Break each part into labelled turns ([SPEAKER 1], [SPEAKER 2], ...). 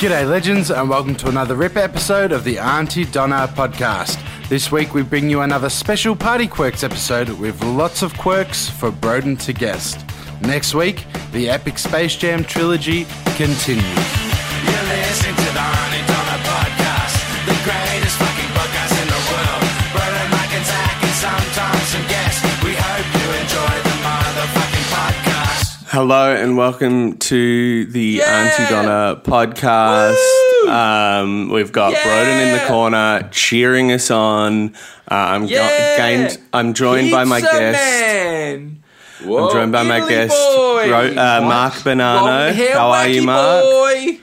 [SPEAKER 1] G'day, legends, and welcome to another RIP episode of the Auntie Donna podcast. This week, we bring you another special Party Quirks episode with lots of quirks for Broden to guest. Next week, the epic Space Jam trilogy continues.
[SPEAKER 2] You listen to the Honey Donna podcast, the greatest fucking podcast in the world. Brother Mike and Zach and sometimes some guests. We hope you enjoy the motherfucking podcast.
[SPEAKER 3] Hello and welcome to the Auntie Donna podcast. Um, we've got Broden in the corner cheering us on. Uh, I'm go-
[SPEAKER 4] Yeah.
[SPEAKER 3] gained, I'm joined by my
[SPEAKER 4] Pizza
[SPEAKER 3] guest.
[SPEAKER 4] Man.
[SPEAKER 3] I'm joined by my
[SPEAKER 4] Italy
[SPEAKER 3] guest,
[SPEAKER 4] boy.
[SPEAKER 3] Ro- uh, Mark Bonanno.
[SPEAKER 4] Long hair,
[SPEAKER 3] How are you,
[SPEAKER 4] wacky
[SPEAKER 3] Mark?
[SPEAKER 4] Boy.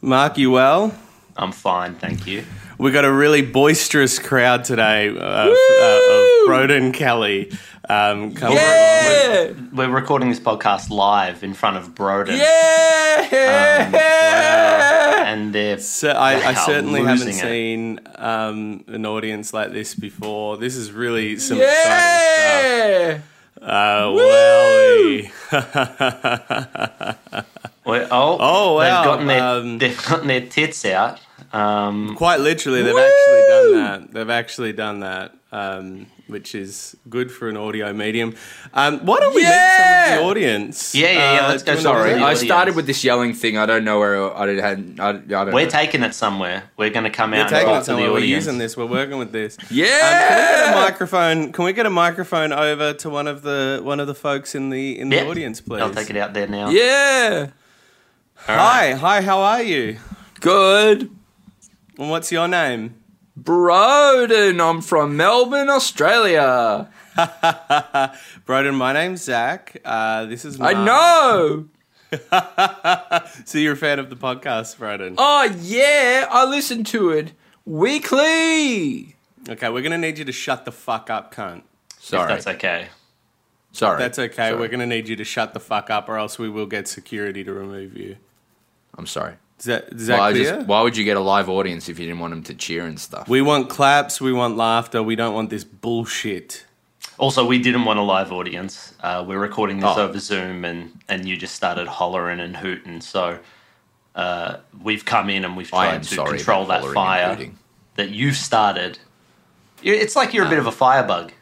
[SPEAKER 3] Mark, you well?
[SPEAKER 5] I'm fine, thank you.
[SPEAKER 3] We got a really boisterous crowd today of, uh, of Broden Kelly. Um, come
[SPEAKER 4] Yeah,
[SPEAKER 5] We're recording this podcast live in front of Broden. Um,
[SPEAKER 4] yeah.
[SPEAKER 5] And they're
[SPEAKER 3] So I, I
[SPEAKER 5] Wow,
[SPEAKER 3] certainly haven't
[SPEAKER 5] losing it.
[SPEAKER 3] seen um, an audience like this before. This is really some exciting stuff.
[SPEAKER 4] yeah.
[SPEAKER 3] Uh, wowie.
[SPEAKER 5] Well, oh,
[SPEAKER 3] Oh, wow,
[SPEAKER 5] They've gotten their,
[SPEAKER 3] um,
[SPEAKER 5] they've gotten their tits out. Um,
[SPEAKER 3] Quite literally, they've actually done that. They've actually done that, um, which is good for an audio medium. Um, why don't we meet some
[SPEAKER 4] Yeah.
[SPEAKER 3] of the audience?
[SPEAKER 5] Yeah, yeah, yeah,
[SPEAKER 3] Uh,
[SPEAKER 5] let's go
[SPEAKER 3] do you
[SPEAKER 5] some of
[SPEAKER 3] wanna-
[SPEAKER 5] the
[SPEAKER 4] I
[SPEAKER 5] audience.
[SPEAKER 4] started with this yelling thing. I don't know where I didn't. hadn't- I, I don't
[SPEAKER 5] we're
[SPEAKER 4] know.
[SPEAKER 5] taking it somewhere. We're going to come
[SPEAKER 3] We're
[SPEAKER 5] out and
[SPEAKER 3] taking it
[SPEAKER 5] talk to the
[SPEAKER 3] somewhere. We're
[SPEAKER 5] audience.
[SPEAKER 3] using this. We're working with this. Um, can we get a
[SPEAKER 4] yeah.
[SPEAKER 3] microphone? Can we get a microphone over to one of the one of the folks in the in the
[SPEAKER 5] Yep.
[SPEAKER 3] audience, please?
[SPEAKER 5] I'll take it out there now.
[SPEAKER 4] yeah.
[SPEAKER 3] Hi, hi. How are you?
[SPEAKER 4] Good.
[SPEAKER 3] And what's your name?
[SPEAKER 4] Broden, I'm from Melbourne, Australia.
[SPEAKER 3] Broden, my name's Zach. Uh, this is
[SPEAKER 4] I
[SPEAKER 3] Mark.
[SPEAKER 4] know.
[SPEAKER 3] So you're a fan of the podcast, Broden.
[SPEAKER 4] Oh, yeah. I listen to it weekly.
[SPEAKER 3] Okay, we're gonna need you to shut the fuck up, cunt.
[SPEAKER 4] Sorry.
[SPEAKER 5] That's okay.
[SPEAKER 4] Sorry.
[SPEAKER 3] That's okay.
[SPEAKER 4] Sorry.
[SPEAKER 3] We're gonna need you to shut the fuck up, or else we will get security to remove you.
[SPEAKER 4] I'm sorry.
[SPEAKER 3] Is that, is that
[SPEAKER 4] Why,
[SPEAKER 3] clear?
[SPEAKER 4] just, why would you get a live audience if you didn't want them to cheer and stuff?
[SPEAKER 3] we want claps. We want laughter. We don't want this bullshit.
[SPEAKER 5] Also, we didn't want a live audience. Uh, we're recording this
[SPEAKER 4] Oh.
[SPEAKER 5] over Zoom, and, and you just started hollering and hooting. So uh, we've come in and we've
[SPEAKER 4] I am
[SPEAKER 5] tried to
[SPEAKER 4] sorry
[SPEAKER 5] control that
[SPEAKER 4] about hollering and
[SPEAKER 5] fire
[SPEAKER 4] hooting.
[SPEAKER 5] that you've started. You- It's like you're a bit of a firebug.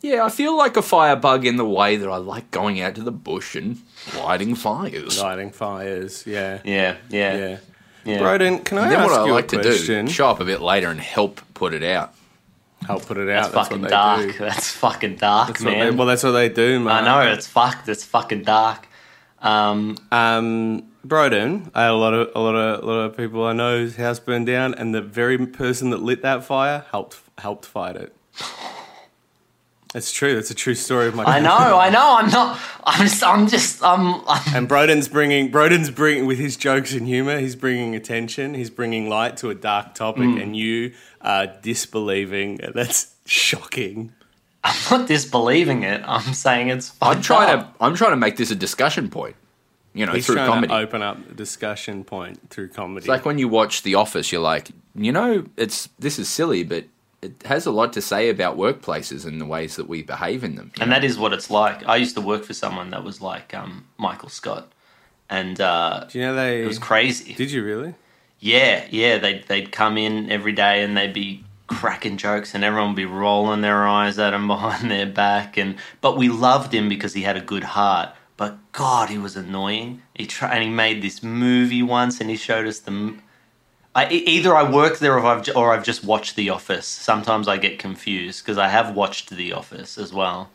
[SPEAKER 4] yeah, I feel like a firebug in the way that I like going out to the bush and lighting fires.
[SPEAKER 3] Lighting fires. Yeah.
[SPEAKER 5] Yeah, yeah,
[SPEAKER 3] Yeah.
[SPEAKER 5] yeah.
[SPEAKER 3] Broden, can I
[SPEAKER 4] And then
[SPEAKER 3] ask
[SPEAKER 4] what I
[SPEAKER 3] you
[SPEAKER 4] like
[SPEAKER 3] a
[SPEAKER 4] to
[SPEAKER 3] question?
[SPEAKER 4] do, show up a bit later and help put it out.
[SPEAKER 3] I'll put it
[SPEAKER 5] That's
[SPEAKER 3] out.
[SPEAKER 5] fucking
[SPEAKER 3] what they
[SPEAKER 5] dark.
[SPEAKER 3] do.
[SPEAKER 5] That's fucking dark,
[SPEAKER 3] That's what
[SPEAKER 5] man.
[SPEAKER 3] they- well, that's what they do, man.
[SPEAKER 5] I know it's fucked. It's fucking dark. Um,
[SPEAKER 3] Um, Broden, I had a lot of a lot of a lot of people I know's house burned down, and the very person that lit that fire helped helped fight it. That's true. That's a true story of my.
[SPEAKER 5] I know. I know. I'm not. I'm just. I'm just. I'm. I'm
[SPEAKER 3] And Broden's bringing Broden's bringing with his jokes and humor. He's bringing attention. He's bringing light to a dark topic,
[SPEAKER 4] Mm.
[SPEAKER 3] and you are disbelieving. And that's shocking.
[SPEAKER 5] not disbelieving it. I'm saying it's.
[SPEAKER 4] I'm
[SPEAKER 5] fucked
[SPEAKER 4] trying
[SPEAKER 5] up.
[SPEAKER 4] to I'm trying to make this a discussion point. You know,
[SPEAKER 3] He's
[SPEAKER 4] through
[SPEAKER 3] trying
[SPEAKER 4] comedy.
[SPEAKER 3] to open up a discussion point through comedy.
[SPEAKER 4] It's like when you watch The Office, you're like, you know, it's this is silly, but it has a lot to say about workplaces and the ways that we behave in them.
[SPEAKER 5] and that is what it's like. I used to work for someone that was like um, Michael Scott, and uh,
[SPEAKER 3] Do you know they?
[SPEAKER 5] it was crazy.
[SPEAKER 3] Did you really?
[SPEAKER 5] Yeah, yeah, they'd they'd come in every day and they'd be cracking jokes, and everyone would be rolling their eyes at him behind their back. And but we loved him because he had a good heart. But God, he was annoying. He try, and he made this movie once, and he showed us the. m- I, e- either I work there, or I've ju- or I've just watched The Office. Sometimes I get confused because I have watched The Office as well.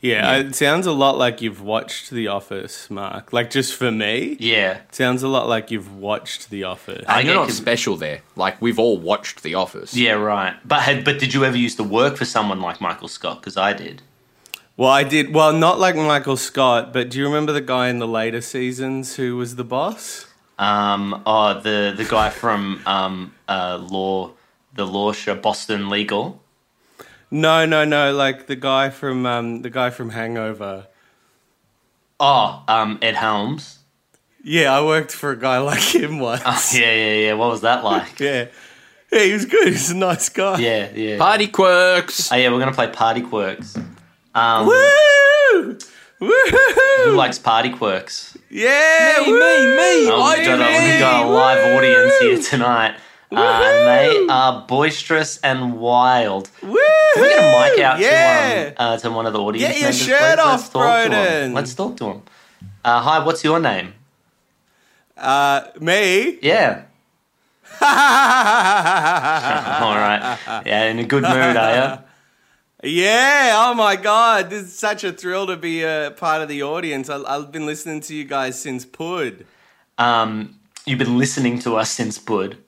[SPEAKER 3] Yeah, it sounds a lot like you've watched The Office, Mark. Like just for me,
[SPEAKER 5] Yeah,
[SPEAKER 3] it sounds a lot like you've watched The Office.
[SPEAKER 5] I
[SPEAKER 4] And you're
[SPEAKER 5] get
[SPEAKER 4] not
[SPEAKER 5] con-
[SPEAKER 4] special there. Like we've all watched The Office.
[SPEAKER 5] yeah, right. But had, but did you ever used to work for someone like Michael Scott? Because I did.
[SPEAKER 3] well, I did. Well, not like Michael Scott, but do you remember the guy in the later seasons who was the boss?
[SPEAKER 5] Um, oh, the the guy from um, uh, law, the law show, Boston Legal.
[SPEAKER 3] No, no, no. Like the guy from um, the guy from Hangover.
[SPEAKER 5] Oh, um, Ed Helms.
[SPEAKER 3] Yeah, I worked for a guy like him once.
[SPEAKER 5] Yeah, yeah, yeah. What was that like?
[SPEAKER 3] yeah. Yeah, he was good. He's a nice guy.
[SPEAKER 5] yeah, yeah.
[SPEAKER 4] Party quirks.
[SPEAKER 5] Oh, yeah, we're gonna play Party Quirks. Um,
[SPEAKER 3] Woo! Woohoo!
[SPEAKER 5] Who likes party quirks?
[SPEAKER 3] Yeah, me, me, me.
[SPEAKER 5] Oh, we've got, a, we've got a live audience here tonight. Uh, they are boisterous and wild.
[SPEAKER 3] Woo!
[SPEAKER 5] Can we get a mic out
[SPEAKER 3] yeah.
[SPEAKER 5] to, um, uh, to one of the audience
[SPEAKER 3] Get your
[SPEAKER 5] members?
[SPEAKER 3] shirt
[SPEAKER 5] please?
[SPEAKER 3] off,
[SPEAKER 5] talk to 'em.
[SPEAKER 3] Broden.
[SPEAKER 5] Let's talk to him. Uh, hi, what's your name?
[SPEAKER 3] Uh, me.
[SPEAKER 5] Yeah. All right. Yeah, in a good mood, are you?
[SPEAKER 3] Yeah, oh my God. This is such a thrill to be a part of the audience. I, I've been listening to you guys since Pud.
[SPEAKER 5] Um, you've been listening to us since Bud.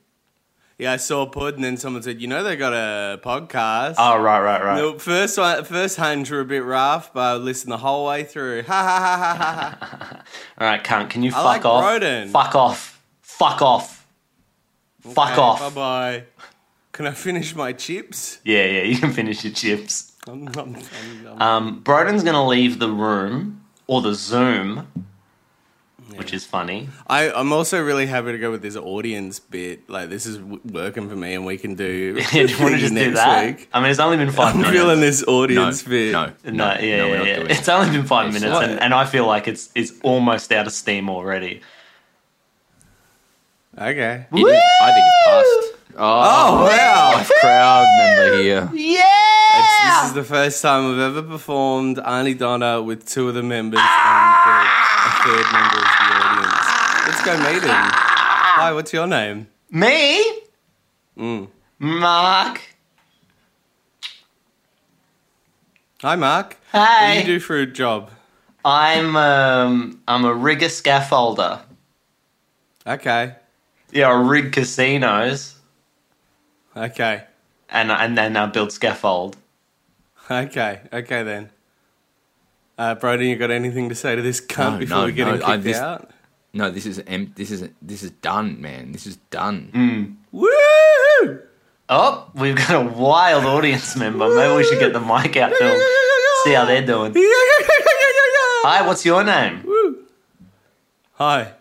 [SPEAKER 3] Yeah, I saw Pud and then someone said, you know, they got a podcast.
[SPEAKER 5] Oh, right, right, right.
[SPEAKER 3] The first one, first hundred were a bit rough, but I listened the whole way through. Ha ha ha ha ha.
[SPEAKER 5] All right, cunt, can you fuck
[SPEAKER 3] like
[SPEAKER 5] off?
[SPEAKER 3] Broden.
[SPEAKER 5] Fuck off. Fuck off. Fuck off.
[SPEAKER 3] Bye bye. Can I finish my chips?
[SPEAKER 5] Yeah, yeah, you can finish your chips.
[SPEAKER 3] I'm, I'm, I'm, I'm-
[SPEAKER 5] Um, Broden's going to leave the room or the Zoom, which is funny.
[SPEAKER 3] I, I'm also really happy to go with this audience bit. Like, this is w- working for me, and we can do.
[SPEAKER 5] Yeah, do you want to just do
[SPEAKER 3] next
[SPEAKER 5] that?
[SPEAKER 3] week.
[SPEAKER 5] I mean, it's only been 5
[SPEAKER 3] I'm
[SPEAKER 5] minutes.
[SPEAKER 3] feeling this
[SPEAKER 4] No,
[SPEAKER 3] audience bit.
[SPEAKER 4] no,
[SPEAKER 5] No, yeah,
[SPEAKER 4] no, we're
[SPEAKER 5] yeah,
[SPEAKER 4] not
[SPEAKER 5] yeah.
[SPEAKER 4] doing
[SPEAKER 5] It's only been five
[SPEAKER 4] It's
[SPEAKER 5] minutes,
[SPEAKER 4] not.
[SPEAKER 5] and, and I feel like it's it's almost out of steam already.
[SPEAKER 3] Okay.
[SPEAKER 4] It is- I think it's past. Oh,
[SPEAKER 3] Oh wow!
[SPEAKER 4] crowd member here.
[SPEAKER 3] It's- This is the first time I've ever performed Arnie Donna with two of the members and the, a third member of the audience. Let's go meet him. Hi, what's your name?
[SPEAKER 5] Me? Mark?
[SPEAKER 3] Hi, Mark. What do
[SPEAKER 5] Hey.
[SPEAKER 3] you do for a job?
[SPEAKER 5] I'm um I'm a rigger scaffolder.
[SPEAKER 3] Okay.
[SPEAKER 5] Yeah, I rig casinos
[SPEAKER 3] Okay.
[SPEAKER 5] and and then I build scaffold.
[SPEAKER 3] Okay. Okay then. Uh, Brody, you got anything to say to this cunt
[SPEAKER 4] No,
[SPEAKER 3] before
[SPEAKER 4] no,
[SPEAKER 3] we get him
[SPEAKER 4] no,
[SPEAKER 3] kicked
[SPEAKER 4] I- this-
[SPEAKER 3] out?
[SPEAKER 4] No, this is em- this is this is done, man. This is done.
[SPEAKER 3] Woo!
[SPEAKER 5] Oh, we've got a wild audience member. Maybe we should get the mic out to them. See how they're doing. Hi, what's your name?
[SPEAKER 3] Hi,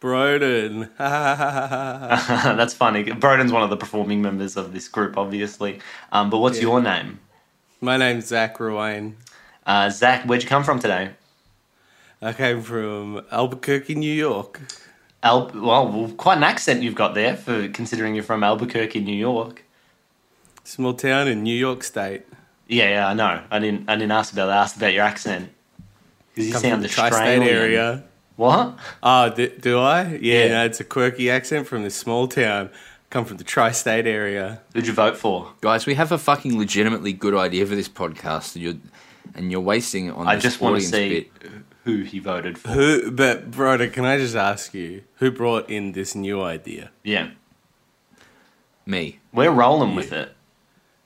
[SPEAKER 3] Broden.
[SPEAKER 5] That's funny. Broden's one of the performing members of this group, obviously. Um, but what's your name?
[SPEAKER 3] My name's Zach Ruane.
[SPEAKER 5] Uh, Zach, where'd you come from today?
[SPEAKER 3] I came from Albuquerque, New York.
[SPEAKER 5] Al- well, quite an accent you've got there for considering you're from Albuquerque, New York.
[SPEAKER 3] Small town in New York State.
[SPEAKER 5] Yeah, yeah, I know. I didn't. I didn't ask about that. I asked about your accent. Because you
[SPEAKER 3] Come from
[SPEAKER 5] sound
[SPEAKER 3] the tri-state
[SPEAKER 5] Australian.
[SPEAKER 3] area.
[SPEAKER 5] What?
[SPEAKER 3] Oh, do, do I? Yeah,
[SPEAKER 5] Yeah.
[SPEAKER 3] no, it's a quirky accent from this small town. Come from the tri-state area.
[SPEAKER 5] Who'd you vote for?
[SPEAKER 4] Guys, we have a fucking legitimately good idea for this podcast, and you're and you're wasting it on
[SPEAKER 5] I
[SPEAKER 4] this
[SPEAKER 5] just want to
[SPEAKER 4] audience
[SPEAKER 5] see
[SPEAKER 4] bit.
[SPEAKER 5] who he voted for.
[SPEAKER 3] Who? But Broder, can I just ask you who brought in this new idea?
[SPEAKER 5] Yeah,
[SPEAKER 4] Me,
[SPEAKER 5] we're rolling with it.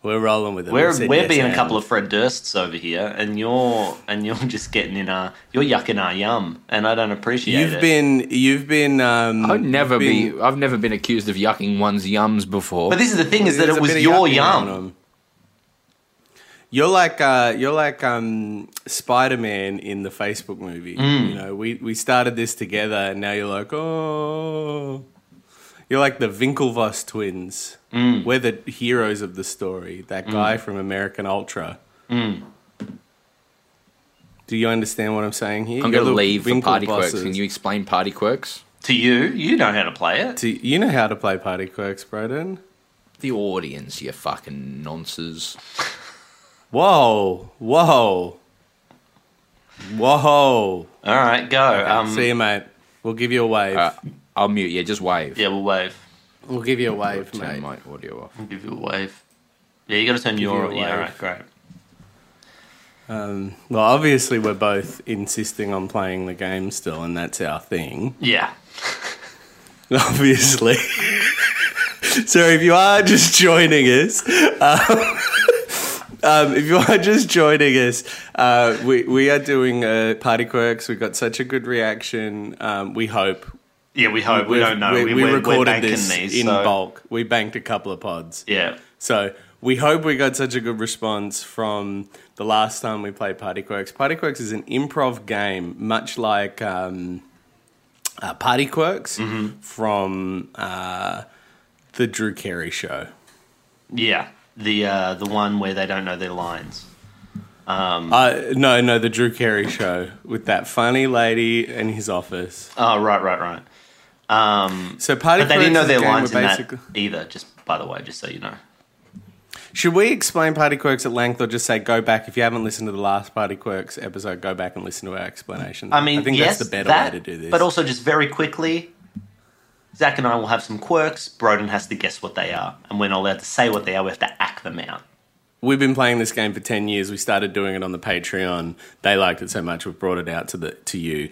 [SPEAKER 3] We're rolling with it.
[SPEAKER 5] We're
[SPEAKER 3] We said
[SPEAKER 5] we're
[SPEAKER 3] yes
[SPEAKER 5] being a
[SPEAKER 3] and.
[SPEAKER 5] couple of Fred Dursts over here, and you're and you're just getting in our you're yucking our yum, and I don't appreciate
[SPEAKER 3] You've
[SPEAKER 5] it.
[SPEAKER 3] been. You've been. Um,
[SPEAKER 4] I'd never
[SPEAKER 3] been-
[SPEAKER 4] be. I've never been accused of yucking one's yums before.
[SPEAKER 5] but this is the thing: is that
[SPEAKER 3] there's
[SPEAKER 5] it
[SPEAKER 3] a
[SPEAKER 5] was
[SPEAKER 3] bit of
[SPEAKER 5] your
[SPEAKER 3] yucky
[SPEAKER 5] yum.
[SPEAKER 3] on 'em. You're like uh, you're like um, Spider Man in the Facebook movie.
[SPEAKER 5] Mm.
[SPEAKER 3] You know, we, we started this together, and now you're like, oh, you're like the Winklevoss twins.
[SPEAKER 5] Mm.
[SPEAKER 3] We're the heroes of the story. That guy from American Ultra.
[SPEAKER 5] Mm.
[SPEAKER 3] Do you understand what I'm saying here?
[SPEAKER 4] I'm
[SPEAKER 3] You're
[SPEAKER 4] going to
[SPEAKER 3] the
[SPEAKER 4] leave for party quirks.
[SPEAKER 3] Winklevosses.
[SPEAKER 4] Can you explain party quirks?
[SPEAKER 5] To you, you know how to play it.
[SPEAKER 3] Do you know how to play party quirks, Broden?
[SPEAKER 4] The audience, you fucking nonsense.
[SPEAKER 3] Whoa, whoa, whoa.
[SPEAKER 5] All right, go. um,
[SPEAKER 3] See you, mate. We'll give you a wave.
[SPEAKER 4] Uh, I'll mute. Yeah, just wave.
[SPEAKER 5] yeah, we'll wave.
[SPEAKER 3] we'll give you a wave, mate.
[SPEAKER 4] Turn my audio off.
[SPEAKER 5] I'll give you a wave. Yeah, you got to turn your
[SPEAKER 3] you a
[SPEAKER 5] yeah. All
[SPEAKER 3] wave.
[SPEAKER 5] right, great.
[SPEAKER 3] Um, well, obviously, we're both insisting on playing the game still, and that's our thing.
[SPEAKER 5] Yeah.
[SPEAKER 3] Obviously. so, if you are just joining us, um, if you are just joining us, uh, we we are doing uh, party quirks. We got such a good reaction. Um, we hope
[SPEAKER 5] Yeah, we hope. We, don't know.
[SPEAKER 3] We, we
[SPEAKER 5] We, we're- we're
[SPEAKER 3] recorded
[SPEAKER 5] banking
[SPEAKER 3] this
[SPEAKER 5] these,
[SPEAKER 3] in
[SPEAKER 5] so-
[SPEAKER 3] bulk. We banked a couple of pods.
[SPEAKER 5] Yeah.
[SPEAKER 3] So we hope we got such a good response from the last time we played Party Quirks. Party Quirks is an improv game, much like um, uh, Party Quirks
[SPEAKER 5] Mm-hmm.
[SPEAKER 3] from uh, the Drew Carey show.
[SPEAKER 5] Yeah. The uh, the one where they don't know their lines.
[SPEAKER 3] Uh, no, no, the Drew Carey show with that funny lady in his office.
[SPEAKER 5] Oh, right, right, right.
[SPEAKER 3] So party.
[SPEAKER 5] But they
[SPEAKER 3] Crooks
[SPEAKER 5] didn't know
[SPEAKER 3] is
[SPEAKER 5] their
[SPEAKER 3] a game
[SPEAKER 5] lines in
[SPEAKER 3] where
[SPEAKER 5] that
[SPEAKER 3] basically-
[SPEAKER 5] either. Just by the way, just so you know.
[SPEAKER 3] Should we explain party quirks at length, or just say go back if you haven't listened to the last party quirks episode? Go back and listen to our explanation.
[SPEAKER 5] I mean,
[SPEAKER 3] I think
[SPEAKER 5] yes,
[SPEAKER 3] that's the better
[SPEAKER 5] that,
[SPEAKER 3] way to do this.
[SPEAKER 5] But also, just very quickly, Zach and I will have some quirks. Broden has to guess what they are, and we're not allowed to say what they are. We have to act them out.
[SPEAKER 3] we've been playing this game for 10 years we started doing it on the patreon they liked it so much we brought it out to the to you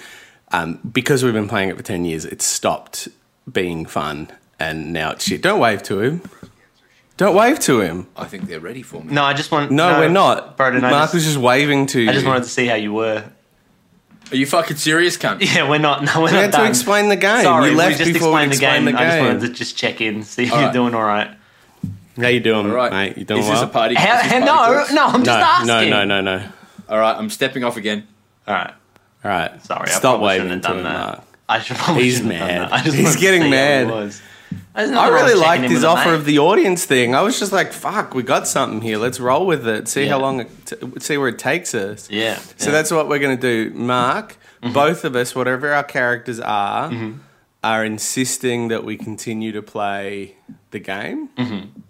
[SPEAKER 3] um, because we've been playing it for 10 years it stopped being fun and now it's shit don't wave to him don't wave to him
[SPEAKER 4] I think they're ready for me.
[SPEAKER 5] No, I just want.
[SPEAKER 3] no, we're not
[SPEAKER 5] Broden.
[SPEAKER 3] mark
[SPEAKER 5] I just,
[SPEAKER 3] was just waving to you
[SPEAKER 5] I just wanted to see how you were.
[SPEAKER 4] Are you fucking serious, cunt?
[SPEAKER 5] Yeah, we're not. No, we're
[SPEAKER 3] we
[SPEAKER 5] not
[SPEAKER 3] had
[SPEAKER 5] done.
[SPEAKER 3] to explain the game
[SPEAKER 5] Sorry,
[SPEAKER 3] you
[SPEAKER 5] we
[SPEAKER 3] left
[SPEAKER 5] just
[SPEAKER 3] before we
[SPEAKER 5] explained the game.
[SPEAKER 3] explained the game,
[SPEAKER 5] I just wanted to just check in, see if you're
[SPEAKER 4] right.
[SPEAKER 5] doing all right.
[SPEAKER 3] how you doing
[SPEAKER 4] All right,
[SPEAKER 3] mate you doing
[SPEAKER 4] is
[SPEAKER 3] well
[SPEAKER 4] this a party?
[SPEAKER 5] How,
[SPEAKER 4] is this party
[SPEAKER 5] no,
[SPEAKER 4] quirks?
[SPEAKER 5] no, I'm just
[SPEAKER 3] no,
[SPEAKER 5] asking.
[SPEAKER 3] no no no no
[SPEAKER 4] All right, I'm stepping off again.
[SPEAKER 5] All right,
[SPEAKER 3] all right
[SPEAKER 5] sorry. I
[SPEAKER 3] stop
[SPEAKER 5] probably
[SPEAKER 3] waving
[SPEAKER 5] shouldn't
[SPEAKER 3] to
[SPEAKER 5] have
[SPEAKER 3] him
[SPEAKER 5] done that.
[SPEAKER 3] mark
[SPEAKER 5] I should probably
[SPEAKER 3] He's
[SPEAKER 5] shouldn't have done
[SPEAKER 3] mad.
[SPEAKER 5] that. I just
[SPEAKER 3] He's
[SPEAKER 5] wanted to
[SPEAKER 3] getting
[SPEAKER 5] see how
[SPEAKER 3] mad.
[SPEAKER 5] he was. There's
[SPEAKER 3] I
[SPEAKER 5] nothing wrong
[SPEAKER 3] really
[SPEAKER 5] with checking
[SPEAKER 3] liked
[SPEAKER 5] in
[SPEAKER 3] his
[SPEAKER 5] with a
[SPEAKER 3] offer
[SPEAKER 5] mate.
[SPEAKER 3] of the audience thing. I was just like, "Fuck, we got something here. Let's roll with it. See how
[SPEAKER 5] Yeah.
[SPEAKER 3] long, it t- see where it takes us."
[SPEAKER 5] Yeah. Mm-hmm.
[SPEAKER 3] So
[SPEAKER 5] yeah.
[SPEAKER 3] that's what we're going to do, Mark. Both of us, whatever our characters are,
[SPEAKER 5] Mm-hmm.
[SPEAKER 3] are insisting that we continue to play the game.
[SPEAKER 5] Mm-hmm.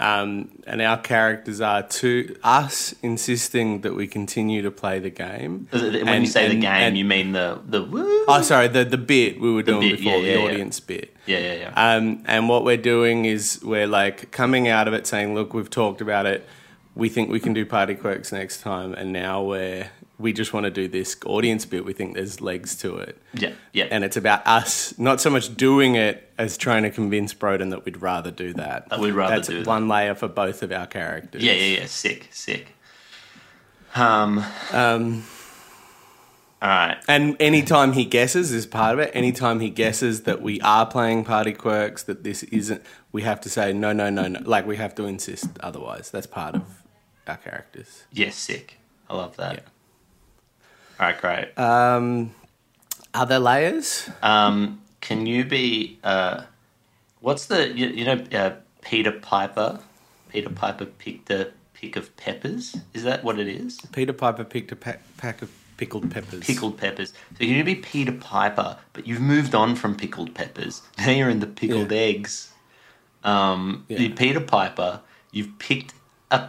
[SPEAKER 3] Um, and our characters are to us insisting that we continue to play the game.
[SPEAKER 5] When
[SPEAKER 3] And-
[SPEAKER 5] you say the
[SPEAKER 3] and-
[SPEAKER 5] game,
[SPEAKER 3] and-
[SPEAKER 5] you mean the the woo?
[SPEAKER 3] oh, sorry, the the bit we were doing
[SPEAKER 5] bit,
[SPEAKER 3] before
[SPEAKER 5] yeah,
[SPEAKER 3] the
[SPEAKER 5] yeah, yeah.
[SPEAKER 3] audience bit.
[SPEAKER 5] yeah, yeah, yeah.
[SPEAKER 3] Um, and what we're doing is we're like coming out of it saying, look, we've talked about it. We think we can do party quirks next time. And now we're, we just want to do this audience bit. We think there's legs to it.
[SPEAKER 5] yeah, yeah.
[SPEAKER 3] And it's about us not so much doing it as trying to convince Broden that we'd rather do that.
[SPEAKER 5] That we'd rather
[SPEAKER 3] That's
[SPEAKER 5] do that.
[SPEAKER 3] one layer for both of our characters.
[SPEAKER 5] yeah, yeah, yeah. Sick, sick. Um,
[SPEAKER 3] Um,
[SPEAKER 5] all right.
[SPEAKER 3] And anytime he guesses is part of it. Anytime he guesses that we are playing party quirks, that this isn't, we have to say no, no, no, no. Like we have to insist otherwise. That's part of our characters.
[SPEAKER 5] Yes, sick. I love that. All right, great.
[SPEAKER 3] Um, other layers?
[SPEAKER 5] Um, can you be? Uh, what's the you, you know uh, Peter Piper? Peter Piper picked a pick of peppers. Is that what it is?
[SPEAKER 3] Peter Piper picked a pack, pack of pickled peppers.
[SPEAKER 5] Pickled peppers. So you're gonna be Peter Piper, but you've moved on from pickled peppers. Now you're in the pickled
[SPEAKER 3] Yeah.
[SPEAKER 5] eggs. Um,
[SPEAKER 3] Yeah.
[SPEAKER 5] you're Peter Piper. You've picked a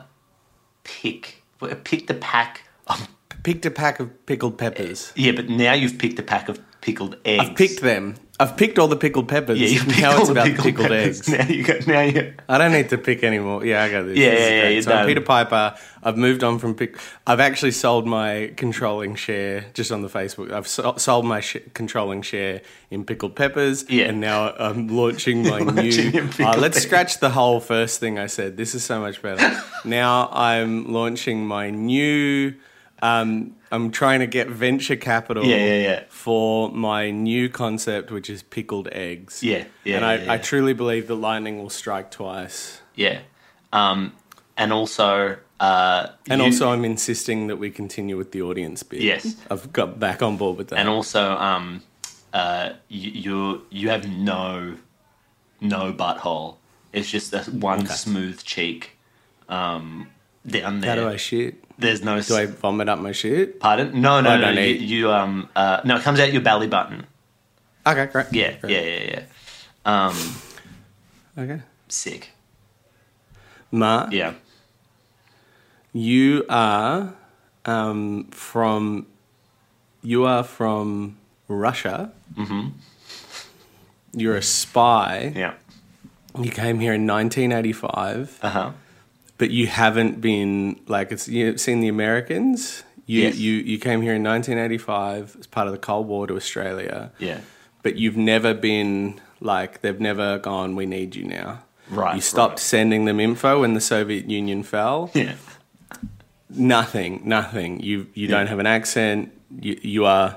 [SPEAKER 5] pick. Picked a pack of
[SPEAKER 3] Picked a pack of pickled peppers.
[SPEAKER 5] yeah, but now you've picked a pack of pickled eggs.
[SPEAKER 3] I've picked them. I've picked all the pickled peppers.
[SPEAKER 5] Yeah, you've picked
[SPEAKER 3] now
[SPEAKER 5] all
[SPEAKER 3] it's
[SPEAKER 5] the
[SPEAKER 3] about
[SPEAKER 5] pickled,
[SPEAKER 3] pickled eggs.
[SPEAKER 5] peppers. Now you got. Now you.
[SPEAKER 3] I don't need to pick anymore. Yeah, I got this.
[SPEAKER 5] Yeah,
[SPEAKER 3] This is
[SPEAKER 5] yeah, yeah,
[SPEAKER 3] great.
[SPEAKER 5] you're
[SPEAKER 3] So I'm
[SPEAKER 5] done.
[SPEAKER 3] Peter Piper. I've moved on from pick. I've actually sold my controlling share just on the Facebook. I've so- sold my sh- controlling share in pickled peppers.
[SPEAKER 5] Yeah.
[SPEAKER 3] and now I'm launching my
[SPEAKER 5] Launching
[SPEAKER 3] new.
[SPEAKER 5] your
[SPEAKER 3] Uh,
[SPEAKER 5] pickled
[SPEAKER 3] let's
[SPEAKER 5] peppers.
[SPEAKER 3] scratch the whole first thing I said. This is so much better. now I'm launching my new. Um, I'm trying to get venture capital
[SPEAKER 5] Yeah, yeah, yeah.
[SPEAKER 3] for my new concept, which is pickled eggs.
[SPEAKER 5] Yeah, yeah,
[SPEAKER 3] And I,
[SPEAKER 5] yeah, yeah.
[SPEAKER 3] I truly believe the lightning will strike twice.
[SPEAKER 5] Yeah. Um, and also. Uh,
[SPEAKER 3] And
[SPEAKER 5] you-
[SPEAKER 3] also, I'm insisting that we continue with the audience bit.
[SPEAKER 5] Yes.
[SPEAKER 3] I've got back on board with that.
[SPEAKER 5] and also um, uh, you you you have no no butthole. It's just a one smooth cheek um, down
[SPEAKER 3] How
[SPEAKER 5] there.
[SPEAKER 3] do I shit?
[SPEAKER 5] There's no
[SPEAKER 3] Do I vomit up my shit?
[SPEAKER 5] pardon. No,
[SPEAKER 3] I
[SPEAKER 5] no, no.
[SPEAKER 3] don't
[SPEAKER 5] You,
[SPEAKER 3] eat.
[SPEAKER 5] you um uh, no, it comes out your belly button.
[SPEAKER 3] Okay, great.
[SPEAKER 5] Yeah,
[SPEAKER 3] Great.
[SPEAKER 5] yeah, yeah, yeah. Um,
[SPEAKER 3] Okay.
[SPEAKER 5] sick.
[SPEAKER 3] Mark,
[SPEAKER 5] Yeah.
[SPEAKER 3] you are um, from you are from Russia. Mm-hmm. You're a spy.
[SPEAKER 5] Yeah.
[SPEAKER 3] You came here in 1985,
[SPEAKER 5] Uh huh.
[SPEAKER 3] but you haven't been like it's you've seen the Americans. You,
[SPEAKER 5] Yes.
[SPEAKER 3] you you came here in 1985 as part of the Cold War to Australia.
[SPEAKER 5] Yeah.
[SPEAKER 3] but you've never been like they've never gone we need you now
[SPEAKER 5] Right,
[SPEAKER 3] you stopped
[SPEAKER 5] right.
[SPEAKER 3] sending them info when the soviet union fell
[SPEAKER 5] Yeah.
[SPEAKER 3] nothing nothing you you don't have an accent you, you are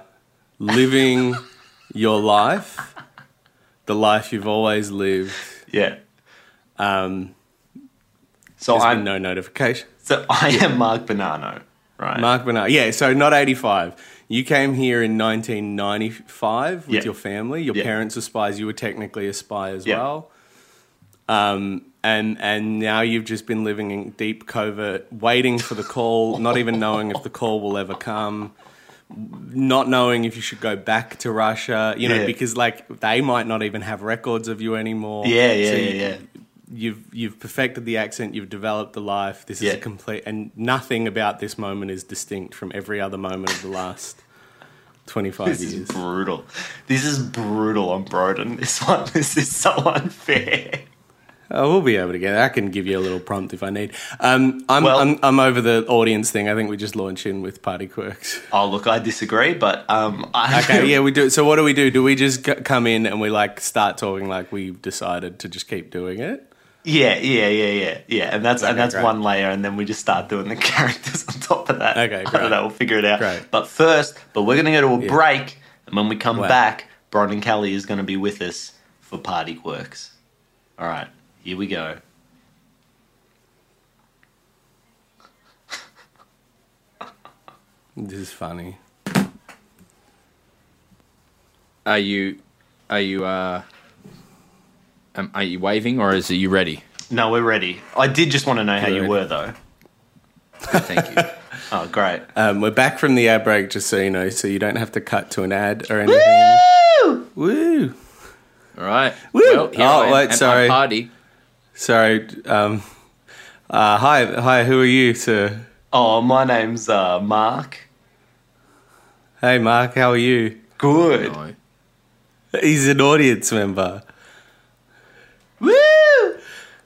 [SPEAKER 3] living your life the life you've always lived
[SPEAKER 5] Yeah. Um. So
[SPEAKER 3] Um, there's
[SPEAKER 5] I'm
[SPEAKER 3] been no notification
[SPEAKER 5] so I am Mark Bonanno, right?
[SPEAKER 3] mark bernard yeah so not 85 you came here in 1995 with
[SPEAKER 5] Yeah.
[SPEAKER 3] your family your
[SPEAKER 5] Yeah.
[SPEAKER 3] parents were spies you were technically a spy as
[SPEAKER 5] Yeah.
[SPEAKER 3] well Um, and and now you've just been living in deep covert, waiting for the call, not even knowing if the call will ever come, not knowing if you should go back to Russia, you know,
[SPEAKER 5] Yeah.
[SPEAKER 3] because like they might not even have records of you anymore.
[SPEAKER 5] Yeah, yeah,
[SPEAKER 3] So
[SPEAKER 5] yeah,
[SPEAKER 3] you-
[SPEAKER 5] yeah.
[SPEAKER 3] You've you've perfected the accent, you've developed the life. This is
[SPEAKER 5] Yeah.
[SPEAKER 3] a complete, and nothing about this moment is distinct from every other moment of the last twenty five
[SPEAKER 5] This is
[SPEAKER 3] years.
[SPEAKER 5] brutal. This is brutal on Broden. This one, this is so unfair.
[SPEAKER 3] Oh, we'll be able to get. I can give you a little prompt if I need. Um, I'm,
[SPEAKER 5] Well-
[SPEAKER 3] I'm I'm over the audience thing. I think we just launch in with party quirks.
[SPEAKER 5] Oh, look, I disagree, but um, I
[SPEAKER 3] Okay, yeah, we do. So what do we do? Do we just c- come in and we like start talking like we've decided to just keep doing it?
[SPEAKER 5] yeah, yeah, yeah, yeah, yeah, and that's
[SPEAKER 3] Okay,
[SPEAKER 5] and that's
[SPEAKER 3] great.
[SPEAKER 5] one layer, and then we just start doing the characters on top of that.
[SPEAKER 3] Okay,
[SPEAKER 5] I
[SPEAKER 3] great.
[SPEAKER 5] don't know, we'll figure it out.
[SPEAKER 3] Great.
[SPEAKER 5] But first, but we're gonna go to a break, and when we come
[SPEAKER 3] Wow.
[SPEAKER 5] back, Broden Kelly is gonna be with us for Party Quirks. All right, here we go.
[SPEAKER 3] This is funny.
[SPEAKER 4] Are you, are you, uh, um, are you waving or is it you ready?
[SPEAKER 5] No, we're ready. I did just want to know how you
[SPEAKER 3] Good.
[SPEAKER 5] were though.
[SPEAKER 4] Good, thank you.
[SPEAKER 5] Oh, great.
[SPEAKER 3] Um, we're back from the ad break, just so you know, so you don't have to cut to an ad or anything. Woo! Woo!
[SPEAKER 4] All right. Well, here
[SPEAKER 3] Oh,
[SPEAKER 4] I am
[SPEAKER 3] wait,
[SPEAKER 4] at my
[SPEAKER 3] sorry.
[SPEAKER 4] Party.
[SPEAKER 3] Sorry. Um, uh, hi, hi. Who are you, sir?
[SPEAKER 5] Oh, my name's uh, Mark.
[SPEAKER 3] Hey, Mark. How are you?
[SPEAKER 5] Good.
[SPEAKER 4] No.
[SPEAKER 3] He's an audience member.
[SPEAKER 5] Woo!